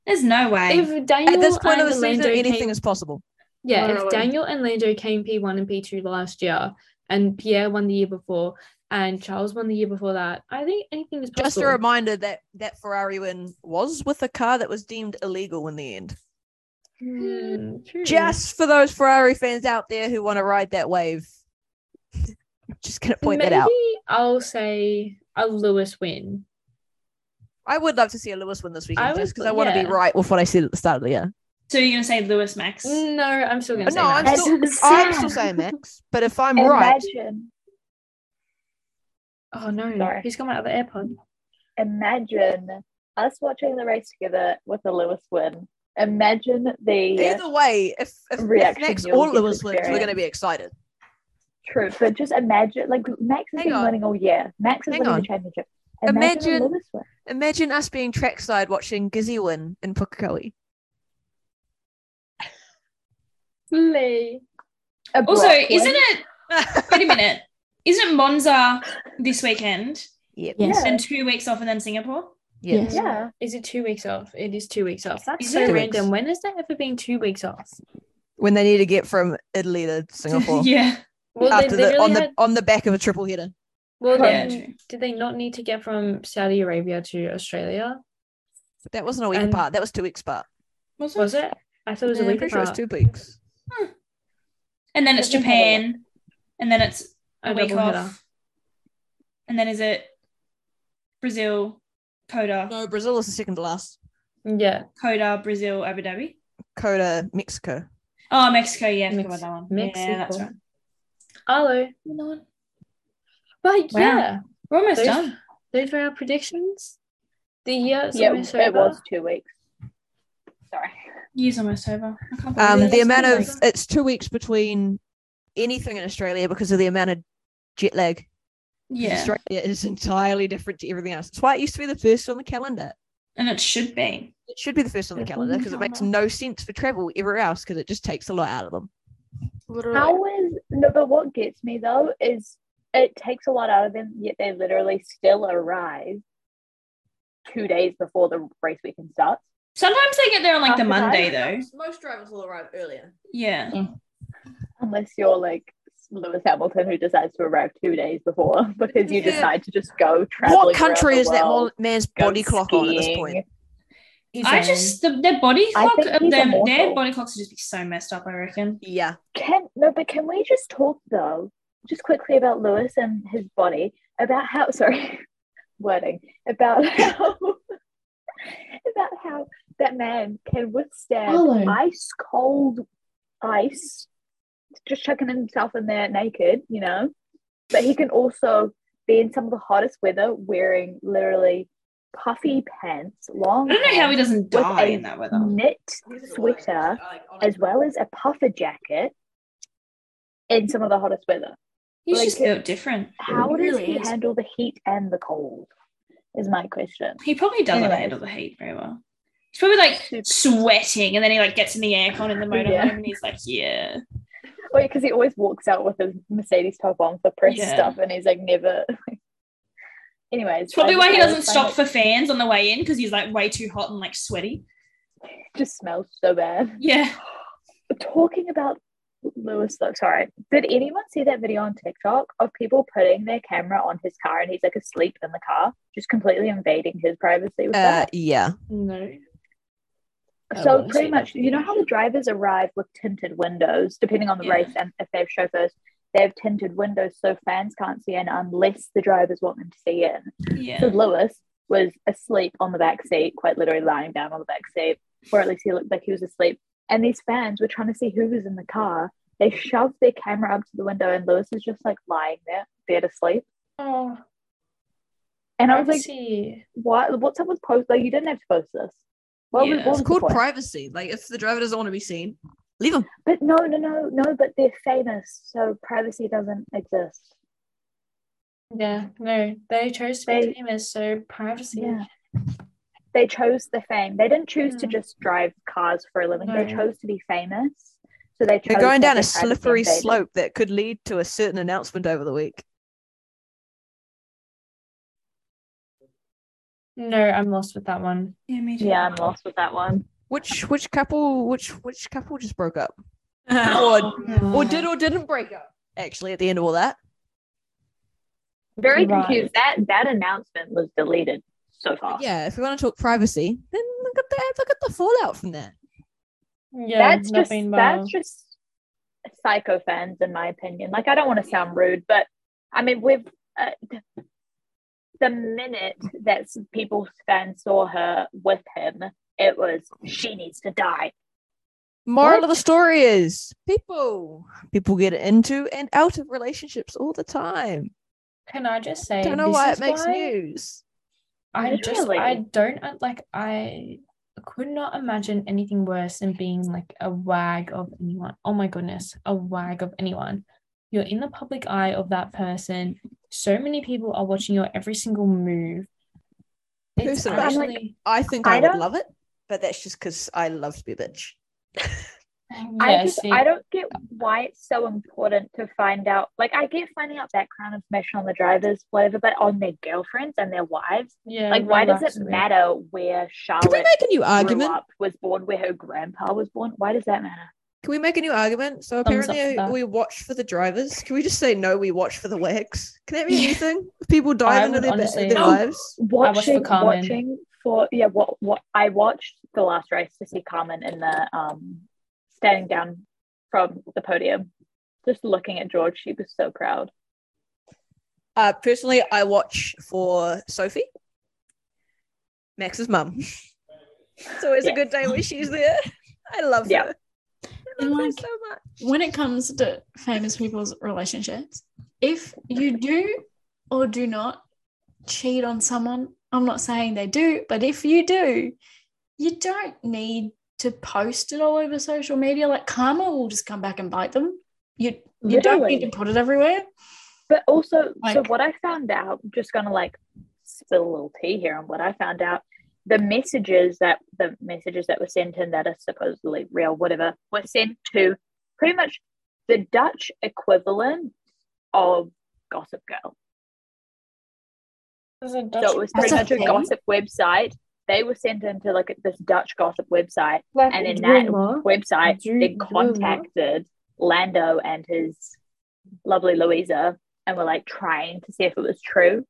[SPEAKER 4] There's no way.
[SPEAKER 1] If Daniel
[SPEAKER 3] At this point
[SPEAKER 1] and
[SPEAKER 3] of the season,
[SPEAKER 1] Lando
[SPEAKER 3] anything
[SPEAKER 1] came-
[SPEAKER 3] is possible.
[SPEAKER 1] Yeah,
[SPEAKER 2] Literally.
[SPEAKER 1] if Daniel and Lando came P1 and P2 last year, and Pierre won the year before, and Charles won the year before that, I think anything is possible.
[SPEAKER 3] Just a reminder that that Ferrari win was with a car that was deemed illegal in the end.
[SPEAKER 1] Hmm, true.
[SPEAKER 3] Just for those Ferrari fans out there who want to ride that wave, just gonna point
[SPEAKER 1] Maybe
[SPEAKER 3] that out.
[SPEAKER 1] I'll say a Lewis win.
[SPEAKER 3] I would love to see a Lewis win this
[SPEAKER 1] I
[SPEAKER 3] weekend just
[SPEAKER 1] would-
[SPEAKER 3] 'cause because I want to
[SPEAKER 1] yeah.
[SPEAKER 3] be right with what I said at the start of the year.
[SPEAKER 4] So you're gonna say Lewis Max?
[SPEAKER 1] No, I'm still gonna
[SPEAKER 3] But
[SPEAKER 1] say
[SPEAKER 3] Oh, no, I'm
[SPEAKER 1] Max.
[SPEAKER 5] That's
[SPEAKER 3] still,
[SPEAKER 5] insane.
[SPEAKER 3] I'm still saying Max. But if I'm right,
[SPEAKER 5] Imagine,
[SPEAKER 1] Oh no,
[SPEAKER 5] Sorry.
[SPEAKER 1] he's got my other AirPod.
[SPEAKER 5] imagine us watching the race together with a Lewis win. Imagine the
[SPEAKER 3] either way, if, if, if
[SPEAKER 5] Reaction
[SPEAKER 3] Max
[SPEAKER 5] you'll
[SPEAKER 3] or
[SPEAKER 5] get to
[SPEAKER 3] Lewis wins, we're going to be excited.
[SPEAKER 5] truth, but just imagine like Max has
[SPEAKER 3] Hang
[SPEAKER 5] been
[SPEAKER 3] on.
[SPEAKER 5] winning all year. Max is
[SPEAKER 3] Hang
[SPEAKER 5] winning
[SPEAKER 3] on.
[SPEAKER 5] the championship. Imagine, a
[SPEAKER 3] Imagine-
[SPEAKER 5] Lewis win.
[SPEAKER 3] Imagine us being trackside watching Gizzy win in Pukekohe.
[SPEAKER 1] Lee.
[SPEAKER 5] A
[SPEAKER 4] Also,
[SPEAKER 5] Brock win.
[SPEAKER 4] isn't it? Wait a minute. Isn't Monza this weekend?
[SPEAKER 3] Yep.
[SPEAKER 1] Yes.
[SPEAKER 5] Yeah.
[SPEAKER 4] And two weeks off, and then Singapore.
[SPEAKER 3] Yes.
[SPEAKER 5] Yeah.
[SPEAKER 1] Is it two weeks off? It is two weeks off. That's
[SPEAKER 4] Is
[SPEAKER 1] so
[SPEAKER 4] it? Two
[SPEAKER 3] weeks.
[SPEAKER 1] random. When has there ever been two weeks off?
[SPEAKER 3] When they need to get from Italy to Singapore
[SPEAKER 4] yeah.
[SPEAKER 1] Well, they
[SPEAKER 3] after the,
[SPEAKER 1] literally
[SPEAKER 3] on the
[SPEAKER 1] had,
[SPEAKER 3] on the back of a triple header.
[SPEAKER 1] well then,
[SPEAKER 4] Yeah, true.
[SPEAKER 1] did they not need to get from Saudi Arabia to Australia?
[SPEAKER 3] But that wasn't a week
[SPEAKER 1] And-
[SPEAKER 3] apart. That was two weeks apart.
[SPEAKER 1] Was it? I thought it was
[SPEAKER 3] Yeah,
[SPEAKER 1] a
[SPEAKER 3] I'm
[SPEAKER 1] week
[SPEAKER 3] pretty sure it was
[SPEAKER 1] apart.
[SPEAKER 3] two weeks.
[SPEAKER 4] And then it's
[SPEAKER 5] Let me have a look.
[SPEAKER 4] Japan, and then it's a,
[SPEAKER 1] A
[SPEAKER 4] week
[SPEAKER 1] double
[SPEAKER 4] off,
[SPEAKER 1] header.
[SPEAKER 4] and then is it Brazil, Coda,
[SPEAKER 3] No, Brazil is the second to last.
[SPEAKER 1] Yeah,
[SPEAKER 4] Coda, Brazil, Abu Dhabi?
[SPEAKER 3] Coda, Mexico.
[SPEAKER 4] Oh, Mexico. Yeah, I
[SPEAKER 1] Mex-
[SPEAKER 4] forgot about that one. Yeah, that's right.
[SPEAKER 1] Mexico. Hello.
[SPEAKER 4] Another one.
[SPEAKER 1] But
[SPEAKER 4] Wow.
[SPEAKER 1] yeah,
[SPEAKER 4] We're almost
[SPEAKER 1] Those-
[SPEAKER 4] done.
[SPEAKER 1] those were our predictions. The year is
[SPEAKER 5] Yeah,
[SPEAKER 1] almost
[SPEAKER 5] it
[SPEAKER 1] over.
[SPEAKER 5] was two weeks. Sorry.
[SPEAKER 4] Year's almost over. I can't
[SPEAKER 1] Oh,
[SPEAKER 4] believe
[SPEAKER 3] Um,
[SPEAKER 4] it.
[SPEAKER 3] the
[SPEAKER 4] It's
[SPEAKER 3] amount
[SPEAKER 4] been
[SPEAKER 3] of
[SPEAKER 4] like-
[SPEAKER 3] it's two weeks between anything in Australia because of the amount of jet lag.
[SPEAKER 4] yeah,
[SPEAKER 3] Australia is entirely different to everything else. That's why it used to be the first on the calendar.
[SPEAKER 4] and it should be.
[SPEAKER 3] It should be the first on the
[SPEAKER 4] It's on
[SPEAKER 3] calendar
[SPEAKER 4] the
[SPEAKER 3] because it makes
[SPEAKER 4] calendar.
[SPEAKER 3] no sense for travel everywhere else because it just takes a lot out of them.
[SPEAKER 2] Literally.
[SPEAKER 5] How is no? But what gets me though is it takes a lot out of them, yet they literally still arrive two days before the race weekend starts.
[SPEAKER 4] Sometimes they get there on like the
[SPEAKER 5] After that,
[SPEAKER 4] Monday though.
[SPEAKER 10] Most drivers will arrive earlier.
[SPEAKER 4] Yeah.
[SPEAKER 5] Unless you're like Lewis Hamilton, who decides to arrive two days before because you
[SPEAKER 3] Yeah.
[SPEAKER 5] decide to just go travel.
[SPEAKER 3] What country is that mo- man's body clock on at this point?
[SPEAKER 4] I just the, their body
[SPEAKER 5] I
[SPEAKER 4] clock,
[SPEAKER 5] think
[SPEAKER 4] uh,
[SPEAKER 5] he's
[SPEAKER 4] their, their
[SPEAKER 5] immortal.
[SPEAKER 4] body clocks would just be so messed up. I reckon.
[SPEAKER 3] Yeah.
[SPEAKER 5] Can no, but can we just talk though, just quickly about Lewis and his body, about how sorry, wording about how about how that man can withstand
[SPEAKER 1] Hello.
[SPEAKER 5] ice cold ice, just chucking himself in there naked, you know, but he can also be in some of the hottest weather wearing literally puffy pants,
[SPEAKER 4] I
[SPEAKER 5] long.
[SPEAKER 4] don't know how he
[SPEAKER 5] pants,
[SPEAKER 4] doesn't
[SPEAKER 5] With
[SPEAKER 4] die
[SPEAKER 5] a
[SPEAKER 4] in that weather.
[SPEAKER 5] knit sweater
[SPEAKER 3] Uh,
[SPEAKER 5] as well as a puffer jacket in some of the hottest weather.
[SPEAKER 4] He's
[SPEAKER 5] like-
[SPEAKER 4] just built different.
[SPEAKER 5] How
[SPEAKER 2] It
[SPEAKER 5] does
[SPEAKER 2] really
[SPEAKER 5] he
[SPEAKER 2] is.
[SPEAKER 5] handle the heat and the cold? Is my question.
[SPEAKER 4] He probably doesn't
[SPEAKER 5] Anyways.
[SPEAKER 4] handle the heat very well. He's probably like
[SPEAKER 5] Super.
[SPEAKER 4] sweating, and then he like gets in the aircon in the motorhome,
[SPEAKER 5] Yeah.
[SPEAKER 4] and he's like, "Yeah,
[SPEAKER 5] Wait, because he always walks out with his Mercedes top on for press
[SPEAKER 4] Yeah.
[SPEAKER 5] stuff, and he's like never. Anyways,
[SPEAKER 4] It's probably
[SPEAKER 5] I
[SPEAKER 4] why he
[SPEAKER 5] just
[SPEAKER 4] doesn't
[SPEAKER 5] find
[SPEAKER 4] stop
[SPEAKER 5] it
[SPEAKER 4] for fans on the way in because he's like way too hot and like sweaty.
[SPEAKER 5] Just smells so bad.
[SPEAKER 4] Yeah.
[SPEAKER 5] Talking about Lewis, though, sorry. Did anyone see that video on TikTok of people putting their camera on his car and he's like asleep in the car, just completely invading his privacy with that?
[SPEAKER 3] Uh, yeah.
[SPEAKER 1] no. I
[SPEAKER 5] So
[SPEAKER 1] wanna
[SPEAKER 5] pretty
[SPEAKER 1] see
[SPEAKER 5] much,
[SPEAKER 1] that
[SPEAKER 5] you know how the drivers arrive with tinted windows, depending on the
[SPEAKER 4] Yeah.
[SPEAKER 5] race and if they have chauffeurs, they have tinted windows so fans can't see in unless the drivers want them to see in. So
[SPEAKER 4] Yeah.
[SPEAKER 5] Lewis was asleep on the back seat, quite literally lying down on the back seat, or at least he looked like he was asleep. and these fans were trying to see who was in the car. They shoved their camera up to the window, and Lewis is just like lying there, there to sleep.
[SPEAKER 1] Oh,
[SPEAKER 5] And I was like,
[SPEAKER 1] see.
[SPEAKER 5] "What? What's up with post? Like, you didn't have to post this. What was,
[SPEAKER 3] Yeah,
[SPEAKER 5] what was
[SPEAKER 3] it's
[SPEAKER 5] the
[SPEAKER 3] called
[SPEAKER 5] point?
[SPEAKER 3] privacy. Like if the driver doesn't want to be seen, leave him.
[SPEAKER 5] But no, no, no, no. But they're famous, so privacy doesn't exist.
[SPEAKER 1] Yeah, no, they chose to
[SPEAKER 5] They-
[SPEAKER 1] be famous, so privacy.
[SPEAKER 5] Yeah. They chose the fame. They didn't choose to
[SPEAKER 1] Mm.
[SPEAKER 5] just drive cars for a living. They
[SPEAKER 1] No.
[SPEAKER 5] chose to be famous. So they chose
[SPEAKER 3] They're going
[SPEAKER 5] to
[SPEAKER 3] down a
[SPEAKER 5] have their privacy
[SPEAKER 3] slippery
[SPEAKER 5] invaded.
[SPEAKER 3] slope that could lead to a certain announcement over the week.
[SPEAKER 1] No, I'm lost with that one.
[SPEAKER 4] Yeah, me too.
[SPEAKER 5] Yeah, I'm lost with that one.
[SPEAKER 3] Which which couple which which couple just broke up?
[SPEAKER 6] or,
[SPEAKER 1] Oh,
[SPEAKER 6] or did or didn't break up.
[SPEAKER 3] Actually, at the end of all that,
[SPEAKER 5] Very
[SPEAKER 1] Right.
[SPEAKER 5] confused. That that announcement was deleted so far.
[SPEAKER 3] yeah. If we want to talk privacy, then look at the look at the fallout from that.
[SPEAKER 1] yeah,
[SPEAKER 5] that's
[SPEAKER 1] not
[SPEAKER 5] just
[SPEAKER 1] being well.
[SPEAKER 5] that's just psycho fans, in my opinion. Like, I don't want to sound rude, but I mean, we've uh, the minute that s- people fans saw her with him, it was she needs to die.
[SPEAKER 3] Moral of the story is people people get into and out of relationships all the time.
[SPEAKER 1] Can I just say,
[SPEAKER 3] Don't know
[SPEAKER 1] this
[SPEAKER 3] why
[SPEAKER 1] is
[SPEAKER 3] it makes
[SPEAKER 1] why
[SPEAKER 3] news.
[SPEAKER 1] I just, I
[SPEAKER 5] Literally.
[SPEAKER 1] don't uh, like, I could not imagine anything worse than being like a wag of anyone. Oh my goodness, a wag of anyone. You're in the public eye of that person. So many people are watching your every single move. It's
[SPEAKER 3] Personally, I'm like-
[SPEAKER 1] actually,
[SPEAKER 3] I think
[SPEAKER 5] I
[SPEAKER 3] I, would
[SPEAKER 5] don't-
[SPEAKER 3] love it, but that's just because I love to be a bitch.
[SPEAKER 1] yeah,
[SPEAKER 5] I just
[SPEAKER 1] see,
[SPEAKER 5] I don't get why it's so important to find out. Like, I get finding out background information on the drivers, whatever, but on their girlfriends and their wives.
[SPEAKER 1] yeah,
[SPEAKER 5] Like, why does
[SPEAKER 1] relax a
[SPEAKER 5] it
[SPEAKER 1] bit.
[SPEAKER 5] matter where
[SPEAKER 3] Can we
[SPEAKER 5] Charlotte
[SPEAKER 3] make a new
[SPEAKER 5] grew
[SPEAKER 3] argument?
[SPEAKER 5] up, was born, where her grandpa was born? Why does that matter?
[SPEAKER 3] Can we make a new argument? So
[SPEAKER 1] Thumbs up
[SPEAKER 3] apparently
[SPEAKER 1] for that.
[SPEAKER 3] we watch for the drivers. Can we just say no? We watch for the wags. Can that be
[SPEAKER 1] Yeah.
[SPEAKER 3] anything? If people
[SPEAKER 1] I
[SPEAKER 3] dive into
[SPEAKER 1] would
[SPEAKER 3] their,
[SPEAKER 1] honestly-
[SPEAKER 3] ba- their
[SPEAKER 1] No.
[SPEAKER 3] lives.
[SPEAKER 1] watched for
[SPEAKER 5] Watching,
[SPEAKER 1] Carmen.
[SPEAKER 5] watching for yeah. What what I watched the last race to see Carmen in the um standing down from the podium, just looking at George. She was so proud.
[SPEAKER 3] Uh, personally, I watch for Sophie, Max's mum. it's always
[SPEAKER 5] Yeah.
[SPEAKER 3] a good day when she's there. I love
[SPEAKER 5] Yeah.
[SPEAKER 3] her. I
[SPEAKER 2] And
[SPEAKER 3] love her
[SPEAKER 2] like-
[SPEAKER 3] so much.
[SPEAKER 2] when it comes to famous people's relationships, if you do or do not cheat on someone, I'm not saying they do, but if you do, you don't need to post it all over social media. Like karma will just come back and bite them. You you don't need
[SPEAKER 5] Literally.
[SPEAKER 2] to put it everywhere.
[SPEAKER 5] But also, so
[SPEAKER 2] Like-
[SPEAKER 5] what I found out, just gonna like spill a little tea here on what I found out. The messages that the messages that were sent in that are supposedly real, whatever, were sent to pretty much the Dutch equivalent of Gossip Girl.
[SPEAKER 1] There's a
[SPEAKER 5] So
[SPEAKER 1] Dutch
[SPEAKER 5] it was pretty
[SPEAKER 2] That's
[SPEAKER 5] much
[SPEAKER 2] a
[SPEAKER 5] a
[SPEAKER 2] thing?
[SPEAKER 5] gossip website. They were sent into like this Dutch gossip website,
[SPEAKER 1] Like,
[SPEAKER 5] and in that
[SPEAKER 1] rumor.
[SPEAKER 5] website,
[SPEAKER 1] Do-
[SPEAKER 5] they
[SPEAKER 1] do a
[SPEAKER 5] contacted Lando and his lovely Louisa, and were like trying to see if it was true.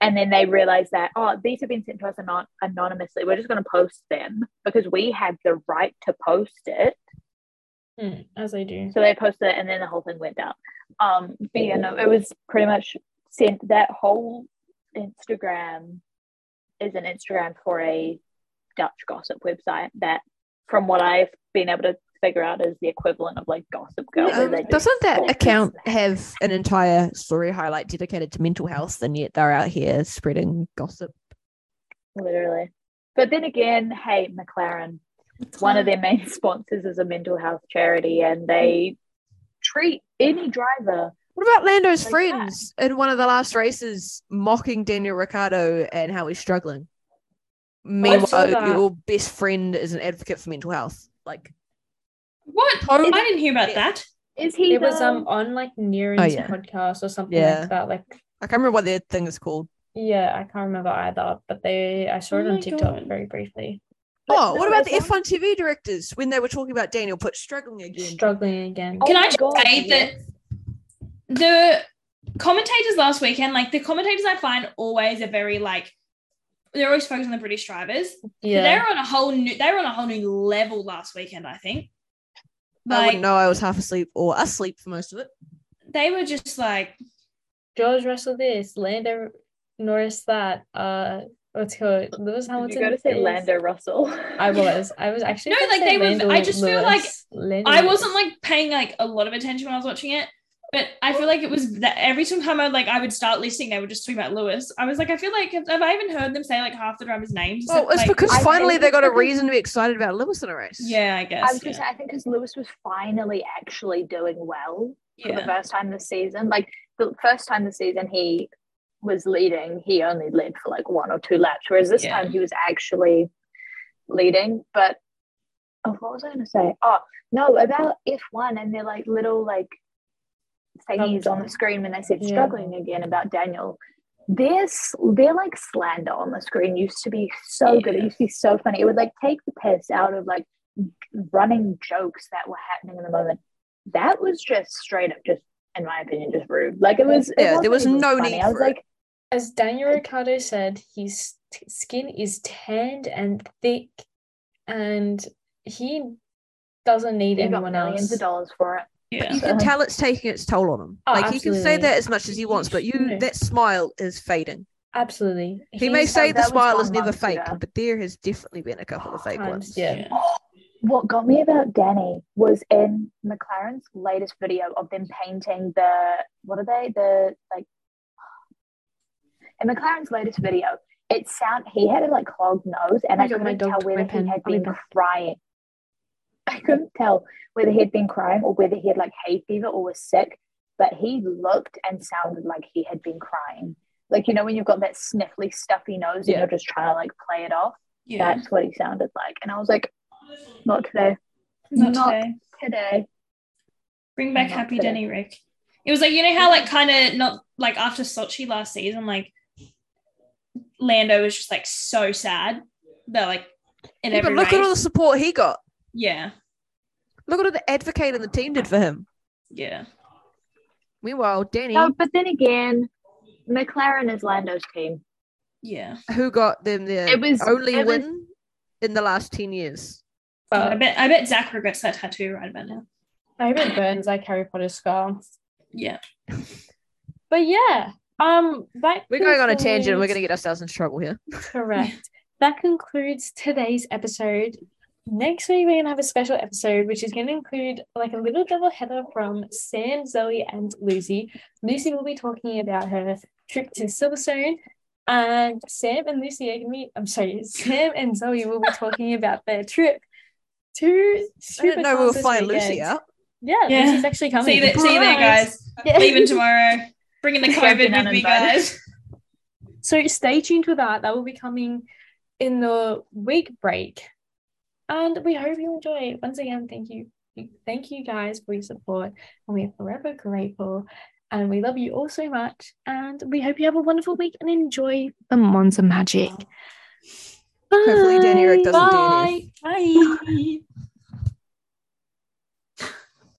[SPEAKER 5] And then they realized that oh, these have been sent to us anon- anonymously. We're just going to post them because we have the right to post it.
[SPEAKER 1] Mm, as I do.
[SPEAKER 5] So they posted it, and then the whole thing went down. Um, but yeah, no, it was pretty much sent. That whole Instagram is an Instagram for a Dutch gossip website. That, from what I've been able to figure out, is the equivalent of like Gossip Girl. where
[SPEAKER 3] Um,
[SPEAKER 5] they do
[SPEAKER 3] doesn't that
[SPEAKER 5] stalking.
[SPEAKER 3] account have an entire story highlight dedicated to mental health and yet they're out here spreading gossip?
[SPEAKER 5] literally? But then again, hey, McLaren. One of their main sponsors is a mental health charity, and they treat any driver
[SPEAKER 3] What about Lando's
[SPEAKER 5] Like that.
[SPEAKER 3] friends in one of the last races mocking Daniel Ricciardo and how he's struggling? Meanwhile,
[SPEAKER 1] that.
[SPEAKER 3] your best friend is an advocate for mental health. Like,
[SPEAKER 4] What?
[SPEAKER 3] Totally.
[SPEAKER 4] I didn't hear about
[SPEAKER 3] Yeah.
[SPEAKER 4] that.
[SPEAKER 5] is he
[SPEAKER 1] It was
[SPEAKER 5] the-
[SPEAKER 1] um on like Nearing's
[SPEAKER 3] Oh, yeah.
[SPEAKER 1] podcast or something
[SPEAKER 3] Yeah.
[SPEAKER 1] like that. Like
[SPEAKER 3] I can't remember what their thing is called.
[SPEAKER 1] yeah, I can't remember either, but they I saw
[SPEAKER 4] Oh
[SPEAKER 1] it on
[SPEAKER 4] my
[SPEAKER 1] TikTok
[SPEAKER 4] God.
[SPEAKER 1] very briefly.
[SPEAKER 5] But
[SPEAKER 3] oh,
[SPEAKER 5] no,
[SPEAKER 3] what about the
[SPEAKER 5] it's
[SPEAKER 3] F1 TV directors when they were talking about Daniel Put struggling again?
[SPEAKER 1] Struggling again.
[SPEAKER 5] Oh
[SPEAKER 4] Can
[SPEAKER 5] my
[SPEAKER 4] I just
[SPEAKER 5] God,
[SPEAKER 4] say
[SPEAKER 5] yes.
[SPEAKER 4] that the commentators last weekend, like the commentators I find always are very like they're always focused on the British drivers. But
[SPEAKER 1] yeah.
[SPEAKER 4] They're on a whole new they were on a whole new level last weekend, I think.
[SPEAKER 3] I
[SPEAKER 4] Like
[SPEAKER 3] wouldn't know. I was half asleep or asleep for most of it.
[SPEAKER 4] they were just like
[SPEAKER 1] George Russell this, Lando Norris that, uh what's he called? Lewis
[SPEAKER 5] Did
[SPEAKER 1] Hamilton.
[SPEAKER 5] you go to say
[SPEAKER 1] is-
[SPEAKER 5] Lando Russell?
[SPEAKER 1] I was. I was actually.
[SPEAKER 4] No,
[SPEAKER 1] gonna
[SPEAKER 4] like,
[SPEAKER 1] say
[SPEAKER 4] they were-
[SPEAKER 1] Lando
[SPEAKER 4] I just feel like
[SPEAKER 1] Lewis. Lando
[SPEAKER 4] I
[SPEAKER 1] Lewis.
[SPEAKER 4] wasn't like paying like a lot of attention when I was watching it, but I feel like it was that every time I like I would start listening, they were just talking about Lewis. I was like, I feel like have, have I even heard them say like half the drivers' names?
[SPEAKER 6] Well, it's
[SPEAKER 4] Like-
[SPEAKER 6] because
[SPEAKER 5] I
[SPEAKER 6] finally
[SPEAKER 5] think
[SPEAKER 6] they
[SPEAKER 5] it's
[SPEAKER 6] got a
[SPEAKER 5] because-
[SPEAKER 6] reason to be excited about Lewis in a race.
[SPEAKER 4] yeah, I guess.
[SPEAKER 5] I was
[SPEAKER 4] yeah.
[SPEAKER 5] just, I think because Lewis was finally actually doing well for the
[SPEAKER 4] yeah.
[SPEAKER 5] first time this season. Like the first time this season he was leading, he only led for like one or two laps, whereas this
[SPEAKER 4] Yeah.
[SPEAKER 5] time he was actually leading. But oh, what was I going to say? Oh no, about F one and they're like little like thingies on the screen when they said
[SPEAKER 1] Yeah.
[SPEAKER 5] struggling again about Daniel. This they're like slander on the screen used to be so good. It used to be so funny. It would like take the piss out of like running jokes that were happening in the moment. That was just straight up just in my opinion just rude. Like it was it
[SPEAKER 6] Yeah, there
[SPEAKER 5] wasn't
[SPEAKER 6] was no
[SPEAKER 5] even funny.
[SPEAKER 6] need
[SPEAKER 5] I was
[SPEAKER 6] for it.
[SPEAKER 5] like
[SPEAKER 1] as Daniel Ricciardo said, his t- skin is tanned and thick, and he doesn't need
[SPEAKER 5] you got
[SPEAKER 1] anyone
[SPEAKER 5] millions
[SPEAKER 1] else.
[SPEAKER 5] of dollars for it.
[SPEAKER 4] yeah.
[SPEAKER 6] You can tell it's taking its toll on him.
[SPEAKER 1] Oh,
[SPEAKER 6] like he can say
[SPEAKER 1] absolutely.
[SPEAKER 6] that as much as he wants, but you
[SPEAKER 1] Sure.
[SPEAKER 6] that smile is fading.
[SPEAKER 1] Absolutely,
[SPEAKER 6] He may
[SPEAKER 1] He's-
[SPEAKER 6] say the
[SPEAKER 5] that was
[SPEAKER 6] smile
[SPEAKER 5] one
[SPEAKER 6] is never
[SPEAKER 5] month
[SPEAKER 6] fake,
[SPEAKER 5] ago.
[SPEAKER 6] but there has definitely been a couple of fake
[SPEAKER 1] Times,
[SPEAKER 6] ones.
[SPEAKER 1] yeah.
[SPEAKER 5] What got me about Danny was in McLaren's latest video of them painting the what are they? The like in McLaren's latest video, it sound he had a like clogged nose and
[SPEAKER 1] Oh my
[SPEAKER 5] I
[SPEAKER 1] God, my
[SPEAKER 5] couldn't
[SPEAKER 1] dog
[SPEAKER 5] tell
[SPEAKER 1] took my
[SPEAKER 5] whether he
[SPEAKER 1] pen.
[SPEAKER 5] had
[SPEAKER 1] I'll be
[SPEAKER 5] been
[SPEAKER 1] back.
[SPEAKER 5] crying. I couldn't tell whether he had been crying or whether he had like hay fever or was sick, but he looked and sounded like he had been crying. Like you know when you've got that sniffly, stuffy nose and
[SPEAKER 6] Yeah.
[SPEAKER 5] you're just trying to like play it off.
[SPEAKER 4] yeah.
[SPEAKER 5] That's what he sounded like, and I was like, not today
[SPEAKER 4] Not
[SPEAKER 5] not-
[SPEAKER 4] today.
[SPEAKER 5] today.
[SPEAKER 4] Bring back
[SPEAKER 5] Not
[SPEAKER 4] Happy
[SPEAKER 5] today.
[SPEAKER 4] Denny Rick. It was like you know how like kind of not like after Sochi last season, like Lando was just like so sad that like in
[SPEAKER 6] Yeah, but
[SPEAKER 4] every
[SPEAKER 6] look at all the
[SPEAKER 4] race-
[SPEAKER 6] support he got.
[SPEAKER 4] yeah,
[SPEAKER 6] Look at all the advocate and the team did for him.
[SPEAKER 4] yeah,
[SPEAKER 6] Meanwhile, Danny,
[SPEAKER 5] No, but then again, McLaren is Lando's team.
[SPEAKER 4] yeah.
[SPEAKER 6] who got them their
[SPEAKER 5] It was-
[SPEAKER 6] only
[SPEAKER 5] it was-
[SPEAKER 6] win in the last ten years.
[SPEAKER 4] I
[SPEAKER 1] But
[SPEAKER 4] bet I bet Zach regrets that tattoo right about now.
[SPEAKER 1] I hope it burns like Harry Potter scar.
[SPEAKER 4] Yeah.
[SPEAKER 1] But yeah, um, that
[SPEAKER 6] We're going on a tangent. and We're
[SPEAKER 1] concludes-
[SPEAKER 6] going to get ourselves in trouble here.
[SPEAKER 1] Correct. That concludes today's episode. Next week, we're going to have a special episode, which is going to include like a little double header from Sam, Zoe, and Lucy. Lucy will be talking about her trip to Silverstone, and Sam and Lucy are going to be, I'm sorry, Sam and Zoe will be talking about their trip to
[SPEAKER 6] I didn't know we were
[SPEAKER 1] Supercars this
[SPEAKER 6] flying Lucy
[SPEAKER 1] weekend.
[SPEAKER 6] out.
[SPEAKER 1] Yeah,
[SPEAKER 4] Yeah.
[SPEAKER 1] Lucy's actually coming.
[SPEAKER 4] See you, there- see you there, guys.
[SPEAKER 1] Yeah.
[SPEAKER 4] Leaving tomorrow. Bringing the
[SPEAKER 5] Yeah, I've been
[SPEAKER 4] COVID with me,
[SPEAKER 5] uninvited.
[SPEAKER 4] guys.
[SPEAKER 1] So stay tuned for that. That will be coming in the week break. And we hope you enjoy it. Once again, thank you. Thank you guys for your support. And we are forever grateful. And we love you all so much. And we hope you have a wonderful week and enjoy the Monza magic.
[SPEAKER 6] Hopefully Danny Rick doesn't do
[SPEAKER 1] Bye. Bye.